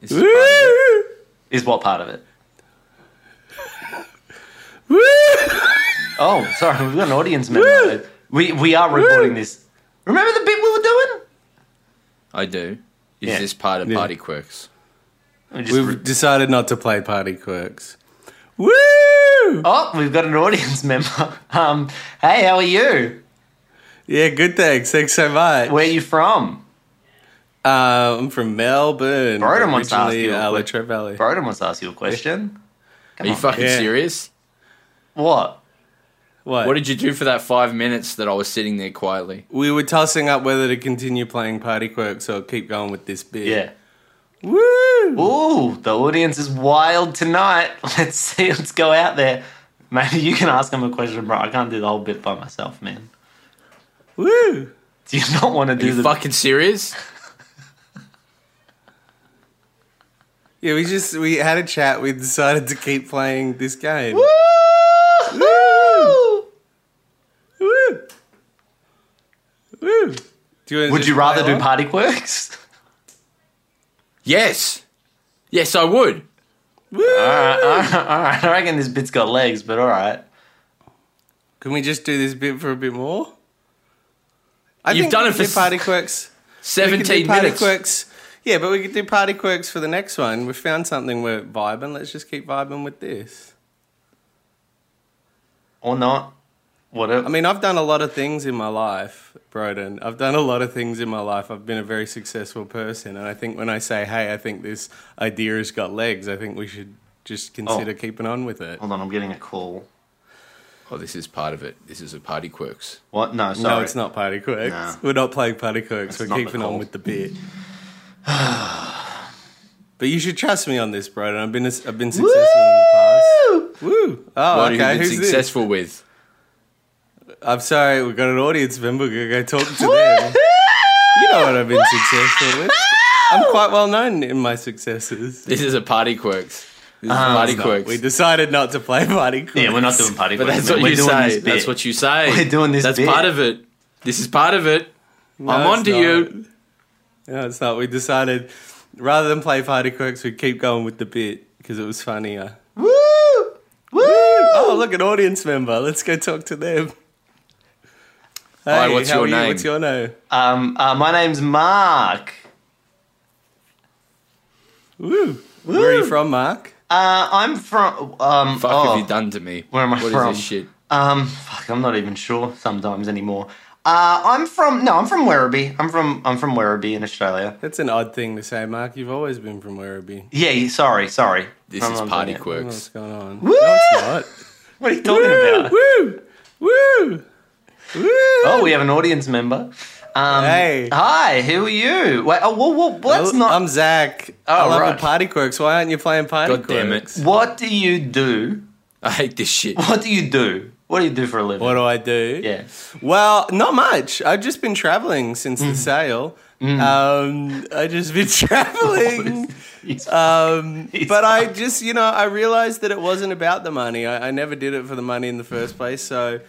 [SPEAKER 4] This is fun.
[SPEAKER 5] Is what part of it?
[SPEAKER 3] Woo!
[SPEAKER 5] Oh, sorry, we've got an audience member. We we are recording this. Remember the bit we were doing?
[SPEAKER 4] I do. Is
[SPEAKER 5] Yeah.
[SPEAKER 4] this part of
[SPEAKER 3] Yeah.
[SPEAKER 4] Party Quirks?
[SPEAKER 5] We just re-
[SPEAKER 3] We've decided not to play Party Quirks. Woo!
[SPEAKER 5] oh, we've got an audience member. Um, hey, how are you?
[SPEAKER 3] Yeah, good thanks. Thanks so much.
[SPEAKER 5] Where are you from?
[SPEAKER 3] Uh, I'm from Melbourne.
[SPEAKER 5] Broden wants to ask
[SPEAKER 3] originally,
[SPEAKER 5] you a
[SPEAKER 3] uh,
[SPEAKER 5] quick-
[SPEAKER 3] Latrobe Valley.
[SPEAKER 5] Broden wants to ask you a question.
[SPEAKER 4] Are you fucking
[SPEAKER 3] Yeah.
[SPEAKER 4] serious?
[SPEAKER 5] What?
[SPEAKER 3] What?
[SPEAKER 4] What did you do for that five minutes that I was sitting there quietly?
[SPEAKER 3] we were tossing up whether to continue playing Party Quirks or keep going with this bit.
[SPEAKER 5] Yeah.
[SPEAKER 3] Woo!
[SPEAKER 5] Ooh, the audience is wild tonight. Let's see. Let's go out there. Maybe you can ask them a question, bro. I can't do the whole bit by myself, man.
[SPEAKER 3] Woo!
[SPEAKER 5] Do you not want to
[SPEAKER 4] Are
[SPEAKER 5] do
[SPEAKER 4] you
[SPEAKER 5] the
[SPEAKER 4] fucking serious?
[SPEAKER 3] Yeah, we just we had a chat. We decided to keep playing this game.
[SPEAKER 5] Woo!
[SPEAKER 3] Woo! Woo! Do you wanna
[SPEAKER 5] Would
[SPEAKER 3] just
[SPEAKER 5] you rather
[SPEAKER 3] play
[SPEAKER 5] do
[SPEAKER 3] along?
[SPEAKER 5] party quirks?
[SPEAKER 4] Yes. Yes, I would.
[SPEAKER 5] all right, I reckon this bit's got legs, but all right.
[SPEAKER 3] Can we just do this bit for a bit more? I
[SPEAKER 4] You've
[SPEAKER 3] think
[SPEAKER 4] done
[SPEAKER 3] we
[SPEAKER 4] it
[SPEAKER 3] can
[SPEAKER 4] for
[SPEAKER 3] do
[SPEAKER 4] s-
[SPEAKER 3] Party Quirks. We could do
[SPEAKER 4] 17
[SPEAKER 3] party
[SPEAKER 4] minutes.
[SPEAKER 3] Quirks. Yeah, but we could do party quirks for the next one. We found something we're vibing. Let's just keep vibing with this.
[SPEAKER 5] Or not. Whatever.
[SPEAKER 3] I mean, I've done a lot of things in my life, Broden. I've done a lot of things in my life. I've been a very successful person, and I think when I say, "Hey, I think this idea has got legs," I think we should just consider keeping on with it.
[SPEAKER 5] Hold on, Oh. I'm getting a call.
[SPEAKER 4] Oh, this is part of it. This is a Party Quirks.
[SPEAKER 5] What? No, sorry.
[SPEAKER 3] No, it's not party quirks.
[SPEAKER 5] Nah.
[SPEAKER 3] We're not playing party quirks.
[SPEAKER 5] That's
[SPEAKER 3] We're
[SPEAKER 5] not the
[SPEAKER 3] keeping
[SPEAKER 5] call.
[SPEAKER 3] on with the bit. but you should trust me on this, Broden. I've been a, I've been successful in the past. Woo! Oh, okay.
[SPEAKER 4] what have you been
[SPEAKER 3] Who's this?
[SPEAKER 4] successful with?
[SPEAKER 3] I'm sorry, we've got an audience member. We're going to go talk to them. you know what I've been successful with. I'm quite well known in my successes.
[SPEAKER 4] This is a Party Quirks. This is
[SPEAKER 5] Ah,
[SPEAKER 4] Party Quirks.
[SPEAKER 3] We decided not to play party quirks.
[SPEAKER 5] Yeah, we're not doing party
[SPEAKER 4] but
[SPEAKER 5] quirks.
[SPEAKER 4] that's
[SPEAKER 5] man.
[SPEAKER 4] what
[SPEAKER 5] we're
[SPEAKER 4] you
[SPEAKER 5] doing
[SPEAKER 4] say.
[SPEAKER 5] This bit.
[SPEAKER 4] That's what you say.
[SPEAKER 5] We're doing this
[SPEAKER 4] That's
[SPEAKER 5] bit.
[SPEAKER 4] part of it. This is part of it. I'm
[SPEAKER 3] No, it's
[SPEAKER 4] on to
[SPEAKER 3] not.
[SPEAKER 4] you.
[SPEAKER 3] No, it's not. We decided rather than play party quirks, we'd keep going with the bit because it was funnier.
[SPEAKER 5] Woo! Woo!
[SPEAKER 3] Oh, look, an audience member. Let's go talk to them. Hey,
[SPEAKER 4] Hi, what's
[SPEAKER 3] how
[SPEAKER 4] your
[SPEAKER 3] are you?
[SPEAKER 4] name?
[SPEAKER 3] What's your name?
[SPEAKER 5] Um, uh, my name's Mark.
[SPEAKER 3] Woo. Where are you from, Mark?
[SPEAKER 5] Uh, I'm from. Um,
[SPEAKER 4] Fuck
[SPEAKER 5] oh,
[SPEAKER 4] have you done to me?
[SPEAKER 5] Where am I
[SPEAKER 4] What is
[SPEAKER 5] from?
[SPEAKER 4] this shit?
[SPEAKER 5] Um, fuck, I'm not even sure sometimes anymore. Uh, I'm from. No, I'm from Werribee. I'm from. I'm from Werribee in Australia.
[SPEAKER 3] That's an odd thing to say, Mark. You've always been from Werribee.
[SPEAKER 5] Yeah. yeah, Sorry. Sorry.
[SPEAKER 4] This
[SPEAKER 5] I'm
[SPEAKER 4] is
[SPEAKER 5] not
[SPEAKER 4] Party
[SPEAKER 5] doing it.
[SPEAKER 3] What's
[SPEAKER 4] Quirks.
[SPEAKER 3] going on? No, it's not.
[SPEAKER 5] What are you talking about?
[SPEAKER 3] Woo! Woo! Woo!
[SPEAKER 5] Oh, we have an audience member. Um,
[SPEAKER 3] Hey.
[SPEAKER 5] Hi, who are you? Wait, oh, whoa, whoa, let's
[SPEAKER 3] Hello,
[SPEAKER 5] not.
[SPEAKER 3] I'm Zach. I
[SPEAKER 5] Oh,
[SPEAKER 3] love
[SPEAKER 5] right.
[SPEAKER 3] the party quirks. Why aren't you playing party
[SPEAKER 4] God damn it.
[SPEAKER 3] quirks?
[SPEAKER 5] what do you do?
[SPEAKER 4] I hate this shit.
[SPEAKER 5] What do you do? What do you do for a living?
[SPEAKER 3] What do I do?
[SPEAKER 5] Yeah.
[SPEAKER 3] Well, not much. I've just been traveling since
[SPEAKER 5] Mm.
[SPEAKER 3] the sale. Um, I just been traveling.
[SPEAKER 5] He's-
[SPEAKER 3] Um,
[SPEAKER 5] He's
[SPEAKER 3] but I just, you know, I realized that it wasn't about the money. I, I never did it for the money in the first place. So,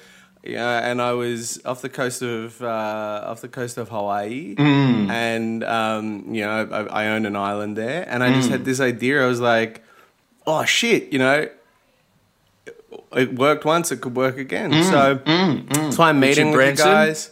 [SPEAKER 3] yeah, and I was off the coast of uh, off the coast of Hawaii, and um, you know, I, I own an island there, and I just had this idea. I was like, oh shit, you know. It worked once; it could work again. so that's why I'm meeting
[SPEAKER 4] Richard
[SPEAKER 3] with you
[SPEAKER 4] Branson?
[SPEAKER 3] guys.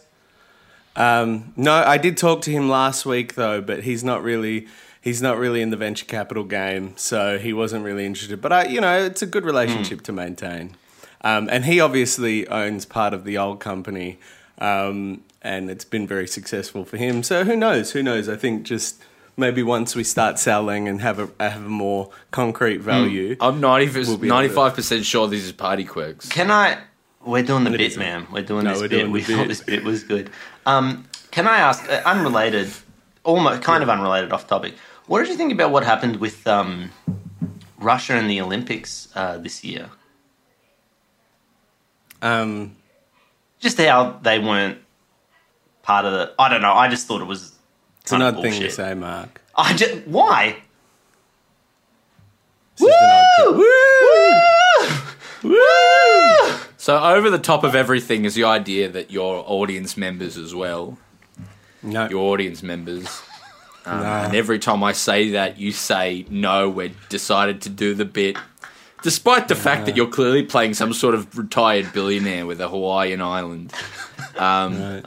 [SPEAKER 3] Um, no, I did talk to him last week though, but he's not really he's not really in the venture capital game, so he wasn't really interested. But I, you know, it's a good
[SPEAKER 4] Hmm.
[SPEAKER 3] relationship to maintain. Um, and he obviously owns part of the old company, um, and it's been very successful for him. So who knows? Who knows? I think just maybe once we start selling and have a have a more
[SPEAKER 4] Hmm.
[SPEAKER 3] concrete value.
[SPEAKER 4] I'm 95,
[SPEAKER 3] be able to-
[SPEAKER 4] 95% sure this is party quirks.
[SPEAKER 5] Can I? We're doing the bit,
[SPEAKER 3] isn't.
[SPEAKER 5] man. We're doing
[SPEAKER 3] No,
[SPEAKER 5] this
[SPEAKER 3] we're
[SPEAKER 5] bit.
[SPEAKER 3] doing
[SPEAKER 5] we
[SPEAKER 3] the
[SPEAKER 5] thought
[SPEAKER 3] bit.
[SPEAKER 5] this bit was good. Um, can I ask? Uh, unrelated, almost kind of unrelated, off topic. What did you think about what happened with um, Russia and the Olympics uh, this year?
[SPEAKER 3] Um,
[SPEAKER 5] Just how they weren't part of the. I don't know. I just thought it was.
[SPEAKER 3] it's an odd thing to say, Mark.
[SPEAKER 5] I just why?
[SPEAKER 3] This is an odd thing.
[SPEAKER 4] So over the top of everything is the idea that your audience members as well,
[SPEAKER 3] No,
[SPEAKER 4] your audience members. Um, And every time I say that, you say no. We decided to do the bit, despite the fact that you're clearly playing some sort of retired billionaire with a Hawaiian island.
[SPEAKER 3] yeah.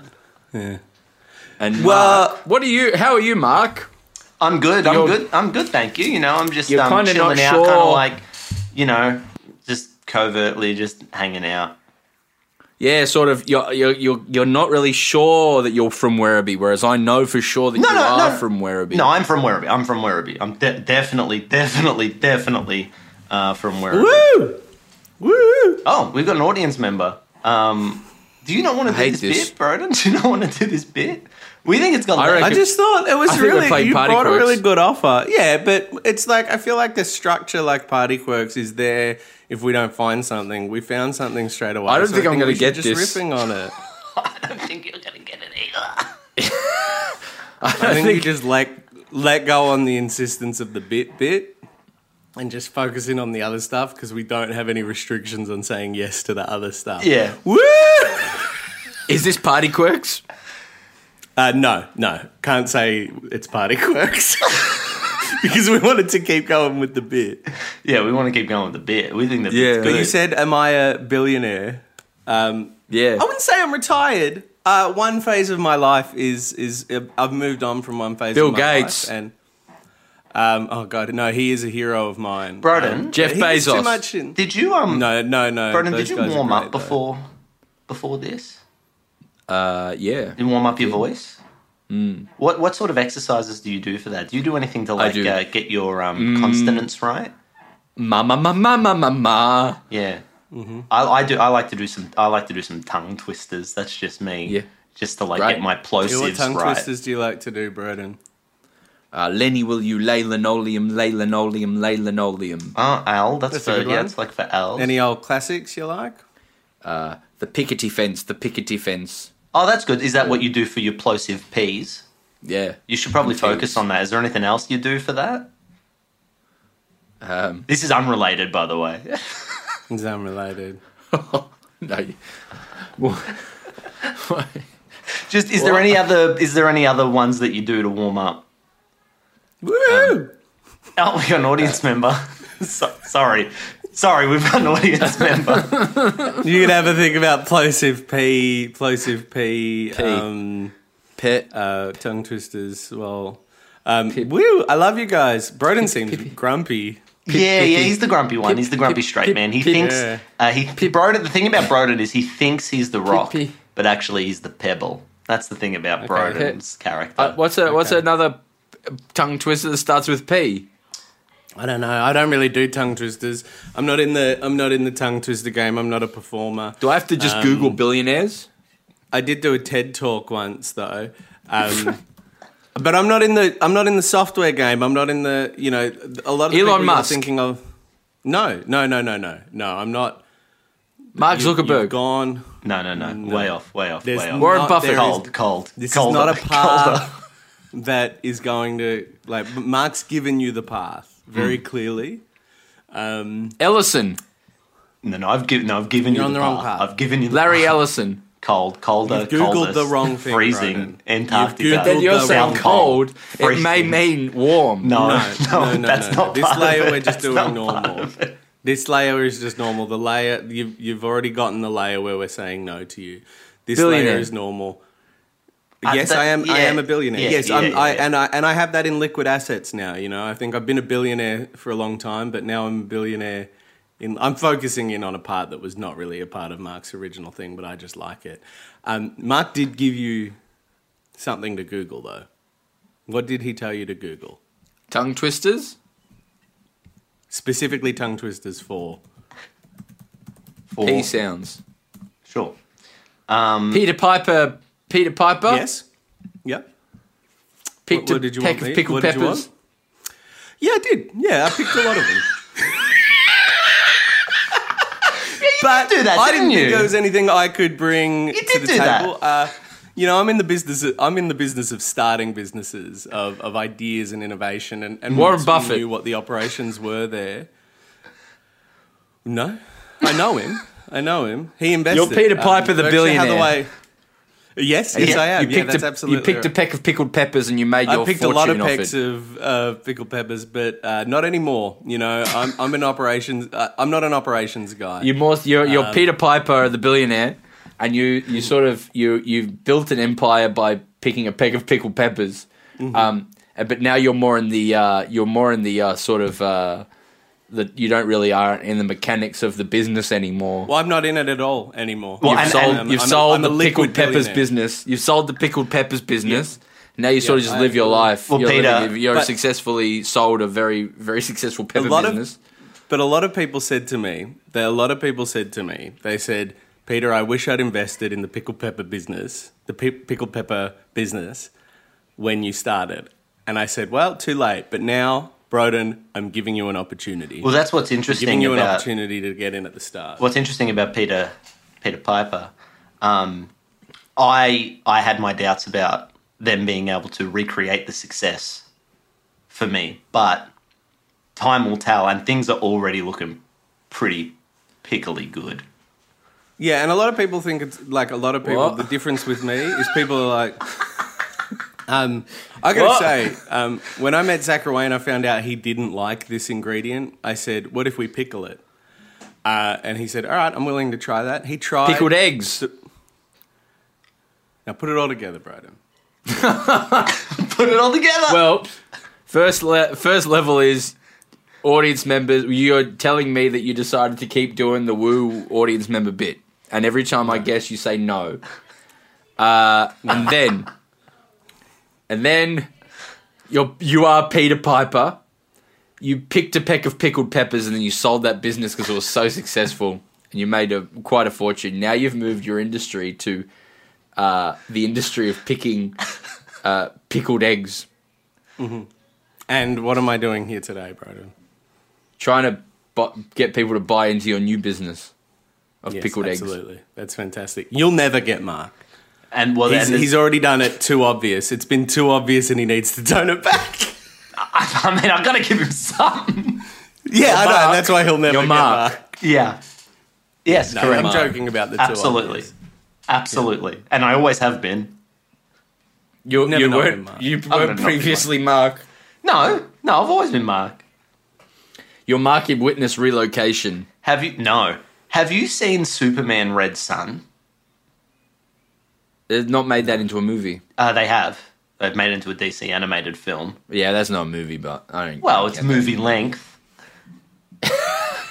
[SPEAKER 4] And
[SPEAKER 3] Well-
[SPEAKER 4] Mark, what are you? How are you, Mark?
[SPEAKER 5] I'm good. I'm
[SPEAKER 4] You're-
[SPEAKER 5] good. I'm good. Thank you. You know, I'm just
[SPEAKER 4] You're
[SPEAKER 5] um,
[SPEAKER 4] kinda not
[SPEAKER 5] chilling out, kind of
[SPEAKER 4] sure.
[SPEAKER 5] like, you know, just covertly, just hanging out.
[SPEAKER 4] Yeah, sort of. You're you're you're, you're not really sure that you're from Werribee, whereas I know for sure that you
[SPEAKER 5] no,
[SPEAKER 4] are
[SPEAKER 5] no.
[SPEAKER 4] from Werribee.
[SPEAKER 5] No, I'm from Werribee. I'm from Werribee. I'm de- definitely, definitely, definitely uh, from Werribee.
[SPEAKER 3] Woo! Woo!
[SPEAKER 5] Oh, we've got an audience member. Um, do you not want to do
[SPEAKER 4] hate
[SPEAKER 5] this,
[SPEAKER 4] this.
[SPEAKER 5] bit, Broden? Do you not want to do this bit? We think it's got.
[SPEAKER 4] I
[SPEAKER 5] legs.
[SPEAKER 4] reckon-
[SPEAKER 3] I just thought it was
[SPEAKER 4] I think they're
[SPEAKER 3] really
[SPEAKER 4] playing
[SPEAKER 3] you
[SPEAKER 4] Party
[SPEAKER 3] brought a
[SPEAKER 4] Quirks.
[SPEAKER 3] really good offer. Yeah, but it's like I feel like the structure like Party Quirks is there if we don't find something. We found something straight away.
[SPEAKER 4] I don't think I'm
[SPEAKER 3] we
[SPEAKER 4] gonna
[SPEAKER 3] should
[SPEAKER 4] get
[SPEAKER 3] just
[SPEAKER 4] this.
[SPEAKER 3] riffing on it.
[SPEAKER 5] I don't think you're gonna get it either.
[SPEAKER 3] I think you just like let go on the insistence of the bit bit and just focus in on the other stuff because we don't have any restrictions on saying yes to the other stuff.
[SPEAKER 5] Yeah.
[SPEAKER 3] Woo!
[SPEAKER 4] Is this party quirks?
[SPEAKER 3] Uh, no, no, can't say it's Party Quirks because we wanted to keep going with the bit.
[SPEAKER 5] Yeah, we want to keep going with the bit. We think the bit's
[SPEAKER 4] Yeah.
[SPEAKER 5] good.
[SPEAKER 3] But you said, "Am I a billionaire?" Um,
[SPEAKER 4] Yeah.
[SPEAKER 3] I wouldn't say I'm retired. Uh, one phase of my life is is I've moved on from one phase.
[SPEAKER 4] Bill
[SPEAKER 3] of my
[SPEAKER 4] Gates.
[SPEAKER 3] life and um, oh god, no, he is a hero of mine.
[SPEAKER 5] Broden,
[SPEAKER 3] Um,
[SPEAKER 4] Jeff
[SPEAKER 3] he was Too
[SPEAKER 4] Bezos.
[SPEAKER 3] much in,
[SPEAKER 5] Did you um?
[SPEAKER 3] no, no, no.
[SPEAKER 5] Broden,
[SPEAKER 3] those
[SPEAKER 5] did you
[SPEAKER 3] guys are
[SPEAKER 5] warm
[SPEAKER 3] great,
[SPEAKER 5] up
[SPEAKER 3] though.
[SPEAKER 5] before before this?
[SPEAKER 4] Uh, yeah.
[SPEAKER 5] Did you warm up your voice? What what sort of exercises do you do for that? Do you do anything to like
[SPEAKER 4] Mm. do. Mm.
[SPEAKER 5] uh, get your um, consonants right?
[SPEAKER 4] Ma ma ma ma ma ma ma.
[SPEAKER 5] Yeah,
[SPEAKER 3] Mm-hmm.
[SPEAKER 5] I, I do. I like to do some. I like to do some tongue twisters. That's just me.
[SPEAKER 4] Yeah.
[SPEAKER 5] just to like
[SPEAKER 4] Right.
[SPEAKER 5] get my plosives
[SPEAKER 3] You know what tongue
[SPEAKER 5] right.
[SPEAKER 3] twisters do you like to do, Broden?
[SPEAKER 4] Uh, Lenny, will you lay linoleum, lay linoleum, lay linoleum?
[SPEAKER 5] Oh, Al, that's,
[SPEAKER 3] That's a
[SPEAKER 5] for
[SPEAKER 3] good
[SPEAKER 5] yeah.
[SPEAKER 3] one.
[SPEAKER 5] It's like for Al.
[SPEAKER 3] Any old classics you like?
[SPEAKER 4] The pickety fence, the pickety fence.
[SPEAKER 5] oh, that's good. Is that what you do for your plosive p's?
[SPEAKER 4] Yeah.
[SPEAKER 5] You should probably
[SPEAKER 4] P's.
[SPEAKER 5] focus on that. Is there anything else you do for that?
[SPEAKER 4] Um,
[SPEAKER 5] This is unrelated, by the way.
[SPEAKER 3] Is unrelated.
[SPEAKER 4] no. you- Well,
[SPEAKER 5] Just is there any other? Is there any other ones that you do to warm up?
[SPEAKER 3] Woo!
[SPEAKER 5] Oh, we got an audience member. so, sorry, sorry, we've got an audience member.
[SPEAKER 3] you can have a think about plosive P, plosive P, Um,
[SPEAKER 4] pet.
[SPEAKER 3] uh, tongue twisters. Well, um, woo! I love you guys. Broden seems grumpy.
[SPEAKER 5] yeah, yeah, he's the grumpy one. He's the grumpy straight man. He thinks
[SPEAKER 3] Yeah.
[SPEAKER 5] uh, he Broden. The thing about Broden is he thinks he's the rock,
[SPEAKER 4] pip.
[SPEAKER 5] but actually he's the pebble. That's the thing about Broden's character.
[SPEAKER 4] Uh, what's a, what's another tongue twister that starts with P?
[SPEAKER 3] I don't know. I don't really do tongue twisters. I'm not in the. I'm not in the tongue twister game. I'm not a performer.
[SPEAKER 4] Do I have to just Google billionaires?
[SPEAKER 3] I did do a TED talk once though. Um, but I'm not in the I'm not in the software game. I'm not in the you know a lot of the
[SPEAKER 4] Elon
[SPEAKER 3] people you're
[SPEAKER 4] Musk.
[SPEAKER 3] thinking of. No, no, no, no, no, no. I'm not.
[SPEAKER 4] Mark
[SPEAKER 3] You- You've
[SPEAKER 4] Zuckerberg.
[SPEAKER 3] gone.
[SPEAKER 5] No, no, no, Way off, way off,
[SPEAKER 3] There's
[SPEAKER 5] way off.
[SPEAKER 3] no-
[SPEAKER 4] Warren
[SPEAKER 3] not-
[SPEAKER 4] Buffett.
[SPEAKER 3] there is-
[SPEAKER 5] cold, cold.
[SPEAKER 3] This
[SPEAKER 5] colder,
[SPEAKER 3] is not a
[SPEAKER 5] colder.
[SPEAKER 3] path that is going to like. Mark's given you the path very clearly.
[SPEAKER 4] Ellison.
[SPEAKER 5] No, no, I've given, no, I've given
[SPEAKER 3] You're
[SPEAKER 5] you
[SPEAKER 3] on
[SPEAKER 5] the
[SPEAKER 3] the wrong
[SPEAKER 5] path.
[SPEAKER 3] path.
[SPEAKER 5] I've given you the
[SPEAKER 4] Larry
[SPEAKER 5] path.
[SPEAKER 4] Ellison.
[SPEAKER 5] cold, colder,
[SPEAKER 3] You've Googled
[SPEAKER 5] coldest,
[SPEAKER 3] the wrong thing,
[SPEAKER 5] freezing,
[SPEAKER 3] Ronan.
[SPEAKER 5] Antarctica.
[SPEAKER 3] You've Googled
[SPEAKER 4] Then you're
[SPEAKER 3] the
[SPEAKER 4] saying
[SPEAKER 3] wrong
[SPEAKER 4] cold. It
[SPEAKER 5] Freezing.
[SPEAKER 4] may mean warm.
[SPEAKER 5] No, no,
[SPEAKER 3] no, no,
[SPEAKER 5] that's
[SPEAKER 3] no.
[SPEAKER 5] not
[SPEAKER 3] This
[SPEAKER 5] part
[SPEAKER 3] layer
[SPEAKER 5] of it.
[SPEAKER 3] we're just
[SPEAKER 5] That's not
[SPEAKER 3] doing normal. This layer is just normal. The layer you've you've already gotten the layer where we're saying no to you. This
[SPEAKER 4] Billionaire.
[SPEAKER 3] layer is normal. yes,
[SPEAKER 5] Uh, that-
[SPEAKER 3] I am. I
[SPEAKER 5] yeah,
[SPEAKER 3] am a billionaire.
[SPEAKER 5] yeah,
[SPEAKER 3] yes, I'm,
[SPEAKER 5] yeah,
[SPEAKER 3] I
[SPEAKER 5] yeah.
[SPEAKER 3] and I and I have that in liquid assets now. You know, I think I've been a billionaire for a long time, but now I'm a billionaire. In, I'm focusing in on a part that was not really a part of Mark's original thing, but I just like it. Um, Mark did give you something to Google, though. What did he tell you to Google?
[SPEAKER 4] Tongue twisters.
[SPEAKER 3] Specifically, tongue twisters for
[SPEAKER 5] For-
[SPEAKER 4] P sounds.
[SPEAKER 5] Sure.
[SPEAKER 4] Peter Piper. Peter Piper.
[SPEAKER 3] Mm. yes, yep.
[SPEAKER 4] Picked
[SPEAKER 3] What- what did you
[SPEAKER 4] a peck
[SPEAKER 3] want,
[SPEAKER 4] of
[SPEAKER 3] mate?
[SPEAKER 4] pickled
[SPEAKER 3] What did you
[SPEAKER 4] peppers.
[SPEAKER 3] want? Yeah, I did. Yeah, I picked a lot of them. but
[SPEAKER 5] do that,
[SPEAKER 3] I didn't think
[SPEAKER 5] didn't you?
[SPEAKER 3] there was anything I could bring to
[SPEAKER 5] did
[SPEAKER 3] the
[SPEAKER 5] do that.
[SPEAKER 3] table. Uh, you know, I'm in the business. Of, I'm in the business of starting businesses, of, of ideas and innovation, and, and
[SPEAKER 4] Warren
[SPEAKER 3] once we
[SPEAKER 4] Buffett.
[SPEAKER 3] knew what the operations were there. No, I know him. I know him. He invested. Um,
[SPEAKER 4] Peter Piper the
[SPEAKER 3] Berkshire
[SPEAKER 4] billionaire.
[SPEAKER 3] Hathaway- Yes, yes, I am.
[SPEAKER 4] You
[SPEAKER 3] yeah,
[SPEAKER 4] picked,
[SPEAKER 3] that's
[SPEAKER 4] a,
[SPEAKER 3] absolutely.
[SPEAKER 4] you picked a
[SPEAKER 3] right.
[SPEAKER 4] peck of pickled peppers and you made your
[SPEAKER 3] I picked a
[SPEAKER 4] fortune
[SPEAKER 3] lot of
[SPEAKER 4] off
[SPEAKER 3] pecks
[SPEAKER 4] it.
[SPEAKER 3] of uh, pickled peppers, but uh, not anymore. You know, I'm, I'm an operations. Uh, I'm not an operations guy.
[SPEAKER 4] You're more you're, you're
[SPEAKER 3] Um,
[SPEAKER 4] Peter Piper, the billionaire, and you you sort of you you've built an empire by picking a peck of pickled peppers.
[SPEAKER 3] Mm-hmm.
[SPEAKER 4] Um, and- but now you're more in the uh, you're more in the uh, sort of uh, that you don't really are in the mechanics of the business anymore.
[SPEAKER 3] well, I'm not in it at all anymore.
[SPEAKER 5] Well,
[SPEAKER 4] You've
[SPEAKER 5] and-
[SPEAKER 4] sold,
[SPEAKER 5] and-
[SPEAKER 4] you've
[SPEAKER 3] I'm a-
[SPEAKER 4] sold
[SPEAKER 3] I'm a
[SPEAKER 4] the pickled
[SPEAKER 3] liquid
[SPEAKER 4] peppers
[SPEAKER 3] billionaire.
[SPEAKER 4] business. You've sold the pickled peppers business. Now you sort of
[SPEAKER 3] Yeah,
[SPEAKER 4] just
[SPEAKER 3] I-
[SPEAKER 4] live your life.
[SPEAKER 5] Well,
[SPEAKER 4] you're
[SPEAKER 5] Peter,
[SPEAKER 4] living- you're
[SPEAKER 3] but-
[SPEAKER 4] successfully sold a very very successful pepper
[SPEAKER 3] lot of-
[SPEAKER 4] business.
[SPEAKER 3] But a lot of people said to me that a lot of people said to me, they said, Peter, I wish I'd invested in the pickled pepper business, the pi- pickled pepper business when you started. And I said, well, too late. But now, Broden, I'm giving you an opportunity.
[SPEAKER 5] Well, that's what's
[SPEAKER 3] I'm giving
[SPEAKER 5] interesting
[SPEAKER 3] you an
[SPEAKER 5] about
[SPEAKER 3] opportunity to get in at the start.
[SPEAKER 5] what's interesting about Peter Peter Piper. Um, I I had my doubts about them being able to recreate the success for me, but time will tell, and things are already looking pretty pickily good.
[SPEAKER 3] Yeah, and a lot of people think it's like a lot of people.
[SPEAKER 4] What?
[SPEAKER 3] The difference with me is people are like, um, I gotta
[SPEAKER 4] What?
[SPEAKER 3] say, um, when I met Zach Wayne, I found out he didn't like this ingredient. I said, "What if we pickle it?" Uh, and he said, "All right, I'm willing to try that." He tried
[SPEAKER 4] Pickled eggs.
[SPEAKER 3] Now put it all together, Braden.
[SPEAKER 5] Put it all together.
[SPEAKER 4] Well, first le- first level is audience members. You're telling me that you decided to keep doing the woo audience member bit, and every time I guess, you say no. Uh, and then, and then, you're you are Peter Piper. You picked a peck of pickled peppers, and then you sold that business because it was so successful, and you made a quite a fortune. Now you've moved your industry to uh, the industry of picking uh, pickled eggs.
[SPEAKER 3] And what am I doing here today, Braden?
[SPEAKER 4] trying to bu- get people to buy into your new business of pickled eggs.
[SPEAKER 3] absolutely. That's fantastic. You'll never get Mark.
[SPEAKER 5] and well,
[SPEAKER 3] He's,
[SPEAKER 5] and
[SPEAKER 3] he's already done it too obvious. It's been too obvious, and he needs to tone it back.
[SPEAKER 5] I mean, I've got to give him something.
[SPEAKER 3] Yeah, I know.
[SPEAKER 5] Mark.
[SPEAKER 3] and That's why he'll never
[SPEAKER 4] You're
[SPEAKER 3] get
[SPEAKER 4] Mark.
[SPEAKER 3] Mark.
[SPEAKER 5] Yeah. Yes,
[SPEAKER 3] No,
[SPEAKER 5] correct.
[SPEAKER 3] I'm joking about the two.
[SPEAKER 5] Absolutely.
[SPEAKER 3] ideas.
[SPEAKER 5] Absolutely. And I always have been.
[SPEAKER 4] You,
[SPEAKER 3] Never
[SPEAKER 4] you
[SPEAKER 3] not
[SPEAKER 4] weren't,
[SPEAKER 3] been Mark.
[SPEAKER 4] you
[SPEAKER 5] never
[SPEAKER 4] weren't
[SPEAKER 5] not been
[SPEAKER 4] previously Mark.
[SPEAKER 5] No, no, I've always been Mark.
[SPEAKER 4] Your Mark in witness relocation.
[SPEAKER 5] Have you? No. Have you seen Superman Red Sun?
[SPEAKER 4] They've not made that into a movie.
[SPEAKER 5] Uh, they have. They've made it into a DC animated film.
[SPEAKER 4] Yeah, that's not a movie, but I don't.
[SPEAKER 5] Well,
[SPEAKER 4] I
[SPEAKER 5] it's
[SPEAKER 4] get
[SPEAKER 5] movie length.
[SPEAKER 4] that.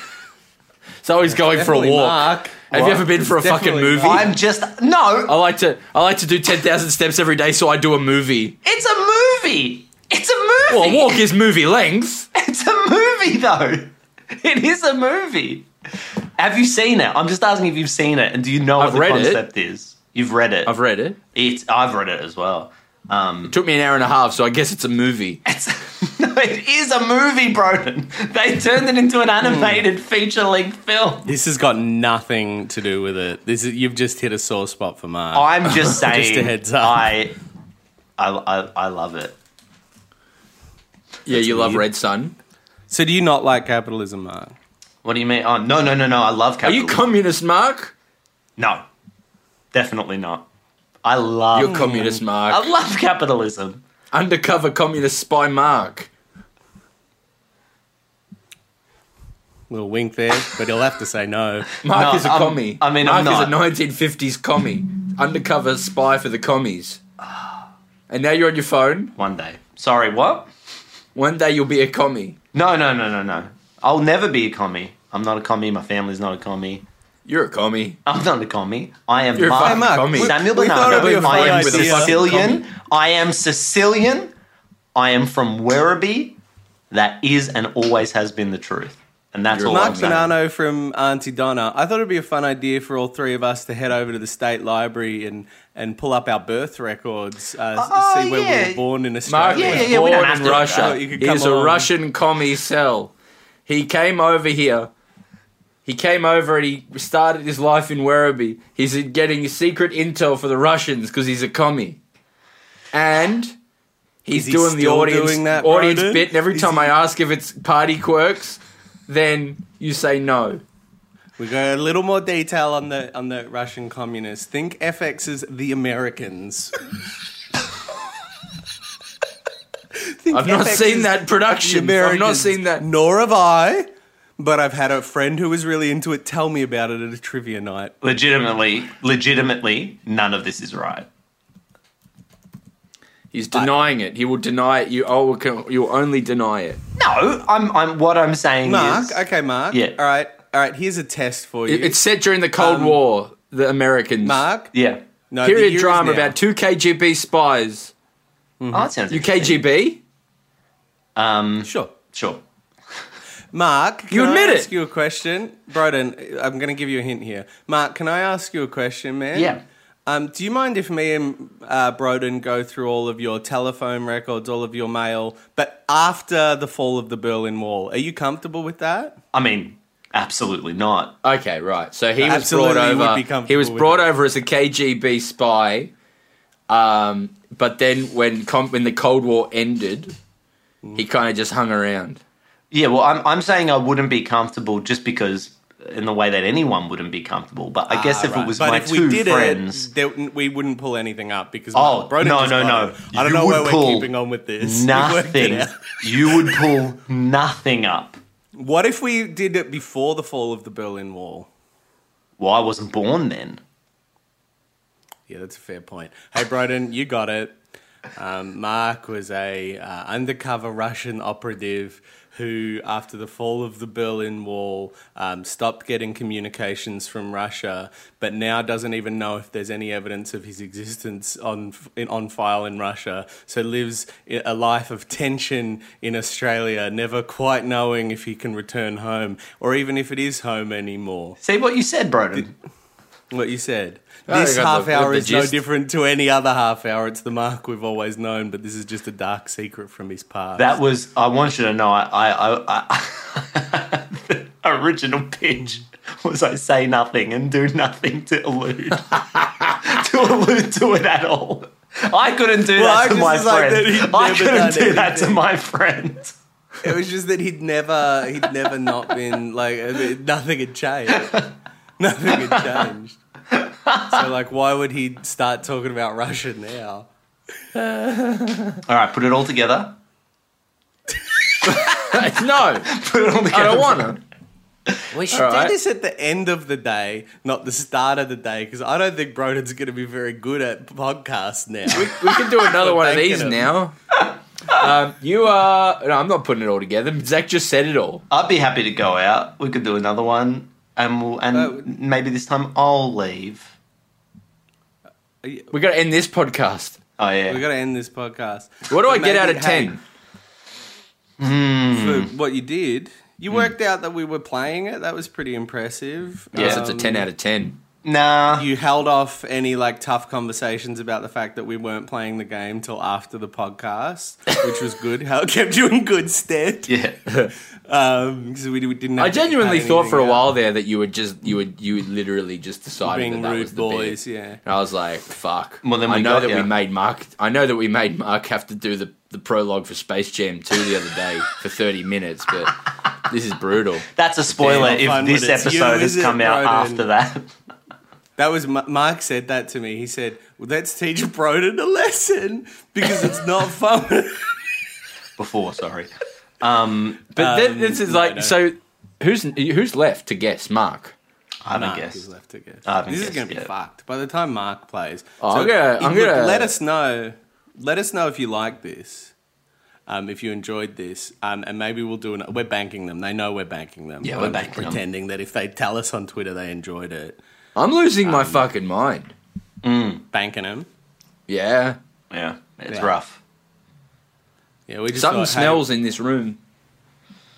[SPEAKER 4] So he's going for a
[SPEAKER 3] Definitely
[SPEAKER 4] walk.
[SPEAKER 3] Mark.
[SPEAKER 4] Have you ever been for a
[SPEAKER 3] It's
[SPEAKER 4] fucking
[SPEAKER 3] definitely
[SPEAKER 4] movie?
[SPEAKER 5] I'm just
[SPEAKER 4] I
[SPEAKER 5] no.
[SPEAKER 4] like to. I like to do ten thousand steps every day, so I do a movie.
[SPEAKER 5] It's a movie. It's a
[SPEAKER 4] Well, a
[SPEAKER 5] movie.
[SPEAKER 4] walk is movie length.
[SPEAKER 5] It's a movie though. It is a movie. Have you seen it? I'm just asking if you've seen it and do you know what
[SPEAKER 4] I've
[SPEAKER 5] the
[SPEAKER 4] read it.
[SPEAKER 5] concept is? You've read it.
[SPEAKER 4] I've read it.
[SPEAKER 5] It's, I've read it as well.
[SPEAKER 4] It took me an hour and a half, so I guess it's a movie.
[SPEAKER 5] It's, no, it is a movie, Broden. They turned it into an animated feature-length film.
[SPEAKER 3] This has got nothing to do with it. This is, you've just hit a sore spot for Mark.
[SPEAKER 5] I'm just saying.
[SPEAKER 3] a heads up.
[SPEAKER 5] I, I, I, I love it.
[SPEAKER 4] yeah, you love Red Sun.
[SPEAKER 3] so do you not like capitalism, Mark?
[SPEAKER 5] What do you mean? Oh no, no, no, no! I love
[SPEAKER 4] Are you
[SPEAKER 5] capitalism.
[SPEAKER 4] communist, Mark?
[SPEAKER 5] no, definitely not. I love.
[SPEAKER 3] Oh.
[SPEAKER 4] You're communist, Mark.
[SPEAKER 5] I love capitalism.
[SPEAKER 4] Undercover communist spy, Mark.
[SPEAKER 3] Little wink there, but he'll have to say no.
[SPEAKER 4] Mark
[SPEAKER 5] No,
[SPEAKER 4] is a
[SPEAKER 5] I'm-
[SPEAKER 4] commie.
[SPEAKER 5] I mean,
[SPEAKER 4] Mark
[SPEAKER 5] I'm
[SPEAKER 4] is a 1950s commie. Undercover spy for the commies. And now you're on your phone.
[SPEAKER 5] One day. Sorry, what?
[SPEAKER 4] One day you'll be a commie.
[SPEAKER 5] No, no, no, no, no. I'll never be a commie. I'm not a commie. My family's not a commie.
[SPEAKER 4] You're a commie.
[SPEAKER 5] I'm not a commie. I am
[SPEAKER 4] You're a
[SPEAKER 5] Mark.
[SPEAKER 4] fucking commie.
[SPEAKER 5] Samuel
[SPEAKER 3] We- we thought it'd be a
[SPEAKER 5] Bernardo. I
[SPEAKER 3] fun
[SPEAKER 5] am
[SPEAKER 3] idea.
[SPEAKER 5] Sicilian. I am Sicilian. I am from Werribee. That is and always has been the truth. And that's
[SPEAKER 4] You're
[SPEAKER 5] all
[SPEAKER 4] Mark
[SPEAKER 5] I'm
[SPEAKER 3] Mark
[SPEAKER 5] saying.
[SPEAKER 3] Bonanno from Auntie Donna. I thought it'd be a fun idea for all three of us to head over to the state library and, and pull up our birth records, uh, s-
[SPEAKER 5] Oh,
[SPEAKER 3] see where
[SPEAKER 5] yeah.
[SPEAKER 3] we were born in
[SPEAKER 4] Mark
[SPEAKER 3] Australia.
[SPEAKER 5] Yeah, yeah,
[SPEAKER 4] was
[SPEAKER 5] yeah, we
[SPEAKER 4] born
[SPEAKER 5] don't have
[SPEAKER 4] in
[SPEAKER 5] to-
[SPEAKER 4] Russia.
[SPEAKER 3] Oh, you could come
[SPEAKER 4] He's a
[SPEAKER 3] along.
[SPEAKER 4] Russian commie cell. He came over here. He came over and he started his life in Werribee. He's getting secret intel for the Russians because he's a commie. And he's
[SPEAKER 3] Is he
[SPEAKER 4] doing the
[SPEAKER 3] still
[SPEAKER 4] audience
[SPEAKER 3] doing that,
[SPEAKER 4] audience
[SPEAKER 3] Broden?
[SPEAKER 4] bit. And every
[SPEAKER 3] Is
[SPEAKER 4] time
[SPEAKER 3] he-
[SPEAKER 4] I ask if it's party quirks, then you say no.
[SPEAKER 3] We go a little more detail on the on the Russian communists. Think FX's The Americans. Think
[SPEAKER 4] I've not
[SPEAKER 3] FX's
[SPEAKER 4] seen that
[SPEAKER 3] The
[SPEAKER 4] production. I've not
[SPEAKER 3] Americans.
[SPEAKER 4] seen that.
[SPEAKER 3] Nor have I. But I've had a friend who was really into it tell me about it at a trivia night.
[SPEAKER 5] Legitimately, legitimately, none of this is right.
[SPEAKER 4] He's denying it. He will deny it. You oh, can- you'll only deny it.
[SPEAKER 5] No, I'm. I'm. What I'm saying
[SPEAKER 3] Mark,
[SPEAKER 5] is,
[SPEAKER 3] okay, Mark.
[SPEAKER 5] Yeah.
[SPEAKER 3] All right, all right. Here's a test for you.
[SPEAKER 4] It- It's set during the Cold
[SPEAKER 3] Um,
[SPEAKER 4] War. The Americans.
[SPEAKER 3] Mark.
[SPEAKER 5] yeah.
[SPEAKER 3] No, the year
[SPEAKER 4] Period
[SPEAKER 3] is now.
[SPEAKER 4] drama about two KGB spies.
[SPEAKER 5] Oh, that sounds
[SPEAKER 4] You
[SPEAKER 5] interesting.
[SPEAKER 4] KGB?
[SPEAKER 5] Um,
[SPEAKER 3] Sure.
[SPEAKER 5] sure.
[SPEAKER 3] Mark, can
[SPEAKER 4] You admit
[SPEAKER 3] I
[SPEAKER 4] it.
[SPEAKER 3] ask you a question? Broden, I'm going to give you a hint here. Mark, can I ask you a question, man?
[SPEAKER 5] Yeah.
[SPEAKER 3] Um, do you mind if me and uh, Broden go through all of your telephone records, all of your mail, but after the fall of the Berlin Wall? Are you comfortable with that?
[SPEAKER 5] I mean, absolutely not.
[SPEAKER 4] Okay, right. So he was
[SPEAKER 3] Absolutely
[SPEAKER 4] brought
[SPEAKER 3] would be
[SPEAKER 4] over. He
[SPEAKER 3] comfortable
[SPEAKER 4] was
[SPEAKER 3] with
[SPEAKER 4] brought
[SPEAKER 3] that.
[SPEAKER 4] over as a KGB spy. Um, but then when com- when the Cold War ended, he kind of just hung around.
[SPEAKER 5] Yeah. Well, I'm. I'm saying I wouldn't be comfortable just because, in the way that anyone wouldn't be comfortable. But I guess if it was
[SPEAKER 3] Ah, but
[SPEAKER 5] my
[SPEAKER 3] if we
[SPEAKER 5] two
[SPEAKER 3] did
[SPEAKER 5] friends,
[SPEAKER 3] it, there, we wouldn't pull anything up because
[SPEAKER 5] Oh,
[SPEAKER 3] Broden
[SPEAKER 5] no,
[SPEAKER 3] just
[SPEAKER 5] no,
[SPEAKER 3] got
[SPEAKER 5] no.
[SPEAKER 3] it. I don't
[SPEAKER 5] You
[SPEAKER 3] know
[SPEAKER 5] would
[SPEAKER 3] where we're
[SPEAKER 5] pull
[SPEAKER 3] keeping on with this. We worked it
[SPEAKER 5] nothing.
[SPEAKER 3] out.
[SPEAKER 5] you would pull nothing up.
[SPEAKER 3] What if we did it before the fall of the Berlin Wall?
[SPEAKER 5] Well, I wasn't born then.
[SPEAKER 3] Yeah, that's a fair point. Hey, Broden, you got it. Um, Mark was a uh, undercover Russian operative who, after the fall of the Berlin Wall, um, stopped getting communications from Russia, but now doesn't even know if there's any evidence of his existence on f- in, on file in Russia. So lives i- a life of tension in Australia, never quite knowing if he can return home or even if it is home anymore
[SPEAKER 5] See what you said, Broden.
[SPEAKER 3] what you said.
[SPEAKER 4] Oh,
[SPEAKER 3] this
[SPEAKER 4] you got
[SPEAKER 3] half
[SPEAKER 4] the-
[SPEAKER 3] hour
[SPEAKER 4] the
[SPEAKER 3] is no
[SPEAKER 4] gist.
[SPEAKER 3] different to any other half hour. It's the mark we've always known, but this is just a dark secret from his past.
[SPEAKER 5] That was. I want you to know. I. I. I, I the original pitch was I say nothing and do nothing to allude to allude to it at all. I couldn't do
[SPEAKER 3] Well, I
[SPEAKER 5] that to
[SPEAKER 3] just
[SPEAKER 5] my
[SPEAKER 3] was like
[SPEAKER 5] friend.
[SPEAKER 3] that he'd
[SPEAKER 5] I
[SPEAKER 3] never
[SPEAKER 5] couldn't
[SPEAKER 3] done
[SPEAKER 5] do that to my friend.
[SPEAKER 3] it was just that he'd never, he'd never not been like I mean, nothing had changed. Nothing had changed. So, like, why would he start talking about Russia now?
[SPEAKER 5] All right, put it all together.
[SPEAKER 4] no,
[SPEAKER 5] Put it all together.
[SPEAKER 4] I don't want to.
[SPEAKER 3] We should
[SPEAKER 4] All right.
[SPEAKER 3] do this at the end of the day, not the start of the day, because I don't think Broden's going to be very good at podcasts now.
[SPEAKER 4] We can do another one of
[SPEAKER 3] Banking
[SPEAKER 4] these
[SPEAKER 3] it.
[SPEAKER 4] now. Um, you are. No, I'm not putting it all together. Zach just said it all.
[SPEAKER 5] I'd be happy to go out. We could do another one, and we'll, and
[SPEAKER 3] That would-
[SPEAKER 5] maybe this time I'll leave.
[SPEAKER 4] We got to end this podcast.
[SPEAKER 5] Oh yeah.
[SPEAKER 3] we got to end this podcast.
[SPEAKER 4] What
[SPEAKER 3] But
[SPEAKER 4] do I get out
[SPEAKER 3] maybe-
[SPEAKER 4] of
[SPEAKER 3] hey,
[SPEAKER 4] ten?
[SPEAKER 3] for what you did. You worked out that we were playing it. That was pretty impressive.
[SPEAKER 4] Yes,
[SPEAKER 3] Um,
[SPEAKER 4] it's a ten out of ten.
[SPEAKER 5] Nah.
[SPEAKER 3] You held off any like tough conversations about the fact that we weren't playing the game till after the podcast, which was good. How it kept you in good stead.
[SPEAKER 5] yeah.
[SPEAKER 3] Um, 'cause we, we didn't.
[SPEAKER 4] I
[SPEAKER 3] have to cut
[SPEAKER 4] genuinely thought for a
[SPEAKER 3] anything out.
[SPEAKER 4] while there that you would just you would you would literally just decided
[SPEAKER 3] being
[SPEAKER 4] that, that
[SPEAKER 3] rude
[SPEAKER 4] was the
[SPEAKER 3] boys,
[SPEAKER 4] bit.
[SPEAKER 3] yeah.
[SPEAKER 4] And I was like, fuck.
[SPEAKER 5] Well, then
[SPEAKER 4] I
[SPEAKER 5] we
[SPEAKER 4] know
[SPEAKER 5] got
[SPEAKER 4] that
[SPEAKER 5] ya.
[SPEAKER 4] we made Mark. I know that we made Mark have to do the the prologue for Space Jam 2 the other day for 30 minutes, but this is brutal.
[SPEAKER 5] That's a spoiler
[SPEAKER 3] Damn, fun
[SPEAKER 5] if this
[SPEAKER 3] when it's
[SPEAKER 5] episode
[SPEAKER 3] you,
[SPEAKER 5] has
[SPEAKER 3] is it,
[SPEAKER 5] come out
[SPEAKER 3] Broden?
[SPEAKER 5] after that.
[SPEAKER 3] That was Ma- Mark said that to me. He said, "Well, let's teach Broden a lesson because it's not fun."
[SPEAKER 5] Before, sorry.
[SPEAKER 4] But
[SPEAKER 3] Um,
[SPEAKER 4] then, this is
[SPEAKER 3] no,
[SPEAKER 4] like
[SPEAKER 3] no.
[SPEAKER 4] so. Who's who's left to guess? Mark.
[SPEAKER 5] I haven't
[SPEAKER 3] Mark is
[SPEAKER 5] guessed.
[SPEAKER 3] left to guess.
[SPEAKER 5] I haven't
[SPEAKER 3] this is
[SPEAKER 5] guessed
[SPEAKER 3] going to be
[SPEAKER 5] yet.
[SPEAKER 3] fucked by the time Mark plays.
[SPEAKER 4] Oh, I'm gonna- I'm
[SPEAKER 3] look,
[SPEAKER 4] gonna-
[SPEAKER 3] let us know. Let us know if you like this. Um, if you enjoyed this, um, and maybe we'll do an. We're banking them. They know we're banking them.
[SPEAKER 5] Yeah,
[SPEAKER 3] But
[SPEAKER 5] we're
[SPEAKER 3] I'm just
[SPEAKER 5] banking them.
[SPEAKER 3] Pretending that if they tell us on Twitter they enjoyed it,
[SPEAKER 4] I'm losing
[SPEAKER 5] Um,
[SPEAKER 4] my fucking mind.
[SPEAKER 3] banking them.
[SPEAKER 4] Yeah,
[SPEAKER 5] Yeah. It's
[SPEAKER 3] Yeah.
[SPEAKER 5] rough.
[SPEAKER 3] Yeah, we just
[SPEAKER 4] something
[SPEAKER 3] thought, hey,
[SPEAKER 4] smells in this room.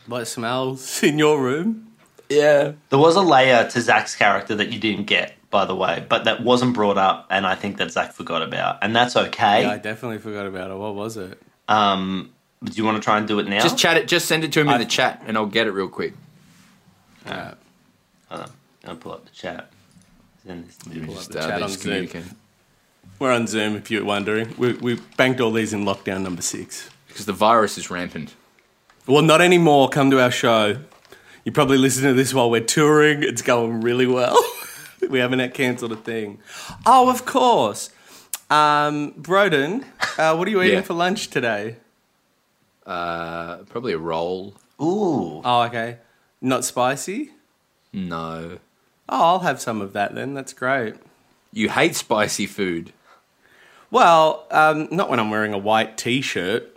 [SPEAKER 3] what smells in your room?
[SPEAKER 4] Yeah,
[SPEAKER 5] There was a layer to Zach's character that you didn't get, by the way, but that wasn't brought up, and I think that Zach forgot about, and that's okay.
[SPEAKER 3] Yeah, I definitely forgot about it. What was it?
[SPEAKER 5] um, do you want to try and do it now?
[SPEAKER 4] just chat it. Just send it to him
[SPEAKER 3] I-
[SPEAKER 4] in the chat, and I'll get it real quick.
[SPEAKER 3] Uh,
[SPEAKER 5] Hold on. I'll pull up the chat. Send this to you.
[SPEAKER 4] Just,
[SPEAKER 3] the
[SPEAKER 4] uh,
[SPEAKER 3] chat
[SPEAKER 4] they
[SPEAKER 3] on
[SPEAKER 4] just
[SPEAKER 3] Zoom.
[SPEAKER 4] communicate.
[SPEAKER 3] we're on Zoom, if you're wondering. We, we banked all these in lockdown number six.
[SPEAKER 4] because the virus is rampant.
[SPEAKER 3] Well, not anymore. Come to our show. You probably listen to this while we're touring. It's going really well. we haven't had cancelled a thing. Oh, of course. Um, Broden, uh, what are you eating
[SPEAKER 4] Yeah.
[SPEAKER 3] for lunch today?
[SPEAKER 4] Uh, probably a roll.
[SPEAKER 5] Ooh.
[SPEAKER 3] Oh, okay. Not spicy?
[SPEAKER 4] No,
[SPEAKER 3] Oh, I'll have some of that then. That's great.
[SPEAKER 4] you hate spicy food.
[SPEAKER 3] Well, um, not when I'm wearing a white t shirt.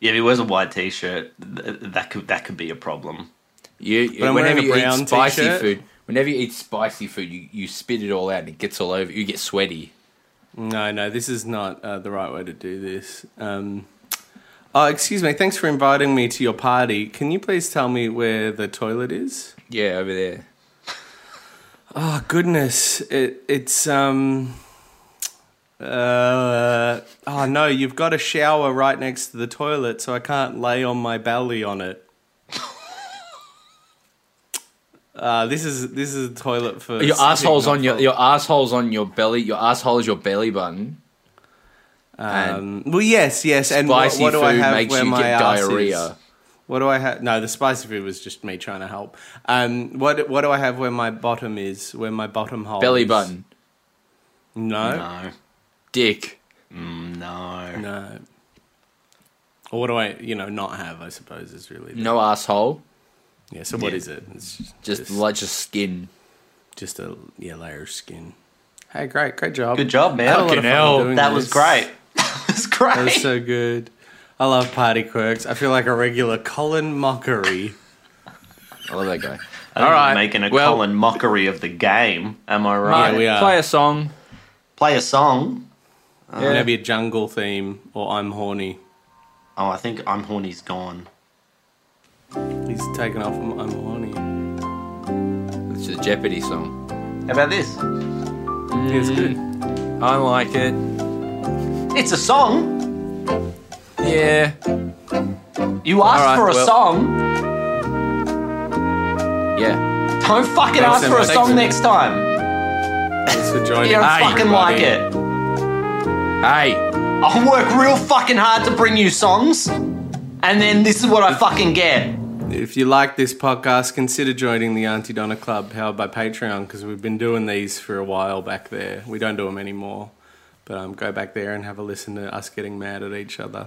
[SPEAKER 5] Yeah, if he wears a white t-shirt, th- that could that could be a problem.
[SPEAKER 4] You,
[SPEAKER 3] I'm
[SPEAKER 4] whenever
[SPEAKER 3] wearing a
[SPEAKER 4] you
[SPEAKER 3] brown
[SPEAKER 4] eat spicy
[SPEAKER 3] t-shirt.
[SPEAKER 4] food, whenever you eat spicy food, you, you spit it all out and it gets all over. You get sweaty.
[SPEAKER 3] No, no, this is not uh, the right way to do this. Um, oh, excuse me. Thanks for inviting me to your party. Can you please tell me where the toilet is?
[SPEAKER 4] Yeah, over there.
[SPEAKER 3] Oh goodness, it, it's um. Uh, oh no, you've got a shower right next to the toilet, so I can't lay on my belly on it. Uh, this is this is a toilet for
[SPEAKER 4] Your
[SPEAKER 3] sitting
[SPEAKER 4] asshole's
[SPEAKER 3] on
[SPEAKER 4] on your your asshole's on your belly. Your asshole is your belly button. and
[SPEAKER 3] Um, well, yes, yes, and what,
[SPEAKER 4] spicy
[SPEAKER 3] what do
[SPEAKER 4] food
[SPEAKER 3] I have
[SPEAKER 4] makes
[SPEAKER 3] where
[SPEAKER 4] you
[SPEAKER 3] my
[SPEAKER 4] get
[SPEAKER 3] ass is?
[SPEAKER 4] diarrhea.
[SPEAKER 3] What do I have? No, the spicy food was just me trying to help. Um, what what do I have where my bottom is? Where my bottom hole?
[SPEAKER 4] Belly
[SPEAKER 3] is?
[SPEAKER 4] button.
[SPEAKER 3] No,
[SPEAKER 5] No,
[SPEAKER 4] Dick.
[SPEAKER 5] no.
[SPEAKER 3] no. Or what do I, you know, not have? I suppose is really the-
[SPEAKER 4] No asshole.
[SPEAKER 3] yeah. So what
[SPEAKER 4] Yeah.
[SPEAKER 3] is it? It's
[SPEAKER 4] Just like just skin.
[SPEAKER 3] just a yeah layer of skin. Hey, great, great job.
[SPEAKER 5] Good job, man.
[SPEAKER 3] I had a lot of
[SPEAKER 5] Fucking
[SPEAKER 3] fun
[SPEAKER 5] hell.
[SPEAKER 3] doing
[SPEAKER 5] That was
[SPEAKER 3] this.
[SPEAKER 5] great. That was great.
[SPEAKER 3] That was so good. I love party quirks. I feel like a regular Colin mockery.
[SPEAKER 4] I love that guy.
[SPEAKER 5] I think
[SPEAKER 4] All
[SPEAKER 5] we're
[SPEAKER 4] right,
[SPEAKER 5] making a
[SPEAKER 4] well-
[SPEAKER 5] Colin mockery of the game. Am I right?
[SPEAKER 3] Yeah, we are.
[SPEAKER 4] Play a song.
[SPEAKER 5] Play a song.
[SPEAKER 4] Yeah.
[SPEAKER 3] Maybe a jungle theme or I'm horny.
[SPEAKER 5] Oh, I think I'm horny's gone.
[SPEAKER 3] He's taken off I'm I'm horny.
[SPEAKER 4] It's a Jeopardy song.
[SPEAKER 5] How about this?
[SPEAKER 3] Yeah, it's good.
[SPEAKER 4] I like it.
[SPEAKER 5] It's a song.
[SPEAKER 4] Yeah.
[SPEAKER 5] You asked
[SPEAKER 4] All right,
[SPEAKER 5] for a
[SPEAKER 4] well-
[SPEAKER 5] song.
[SPEAKER 4] Yeah.
[SPEAKER 5] Don't fucking
[SPEAKER 3] Thanks
[SPEAKER 5] ask for a
[SPEAKER 3] so much.
[SPEAKER 5] song next time.
[SPEAKER 3] Thanks for
[SPEAKER 5] You
[SPEAKER 3] joining
[SPEAKER 5] don't
[SPEAKER 3] us,
[SPEAKER 5] fucking like
[SPEAKER 3] everybody.
[SPEAKER 5] it.
[SPEAKER 4] Hey,
[SPEAKER 5] I work real fucking hard to bring you songs, and then this is what I fucking get.
[SPEAKER 3] If you like this podcast, consider joining the Auntie Donna Club, powered by Patreon, because we've been doing these for a while back there. We don't do them anymore, but um, go back there and have a listen to us getting mad at each other.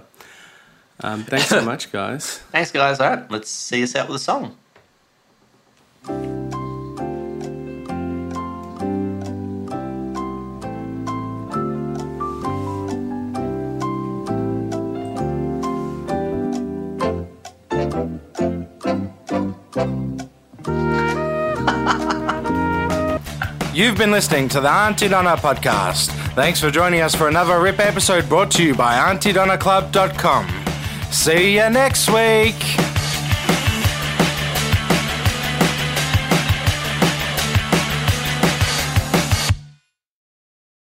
[SPEAKER 3] Um, thanks so much, guys.
[SPEAKER 5] Thanks, guys. All right, let's see us out with a song.
[SPEAKER 1] You've been listening to the Auntie Donna podcast. Thanks for joining us for another RIP episode brought to you by AuntieDonnaClub.com. See you next week.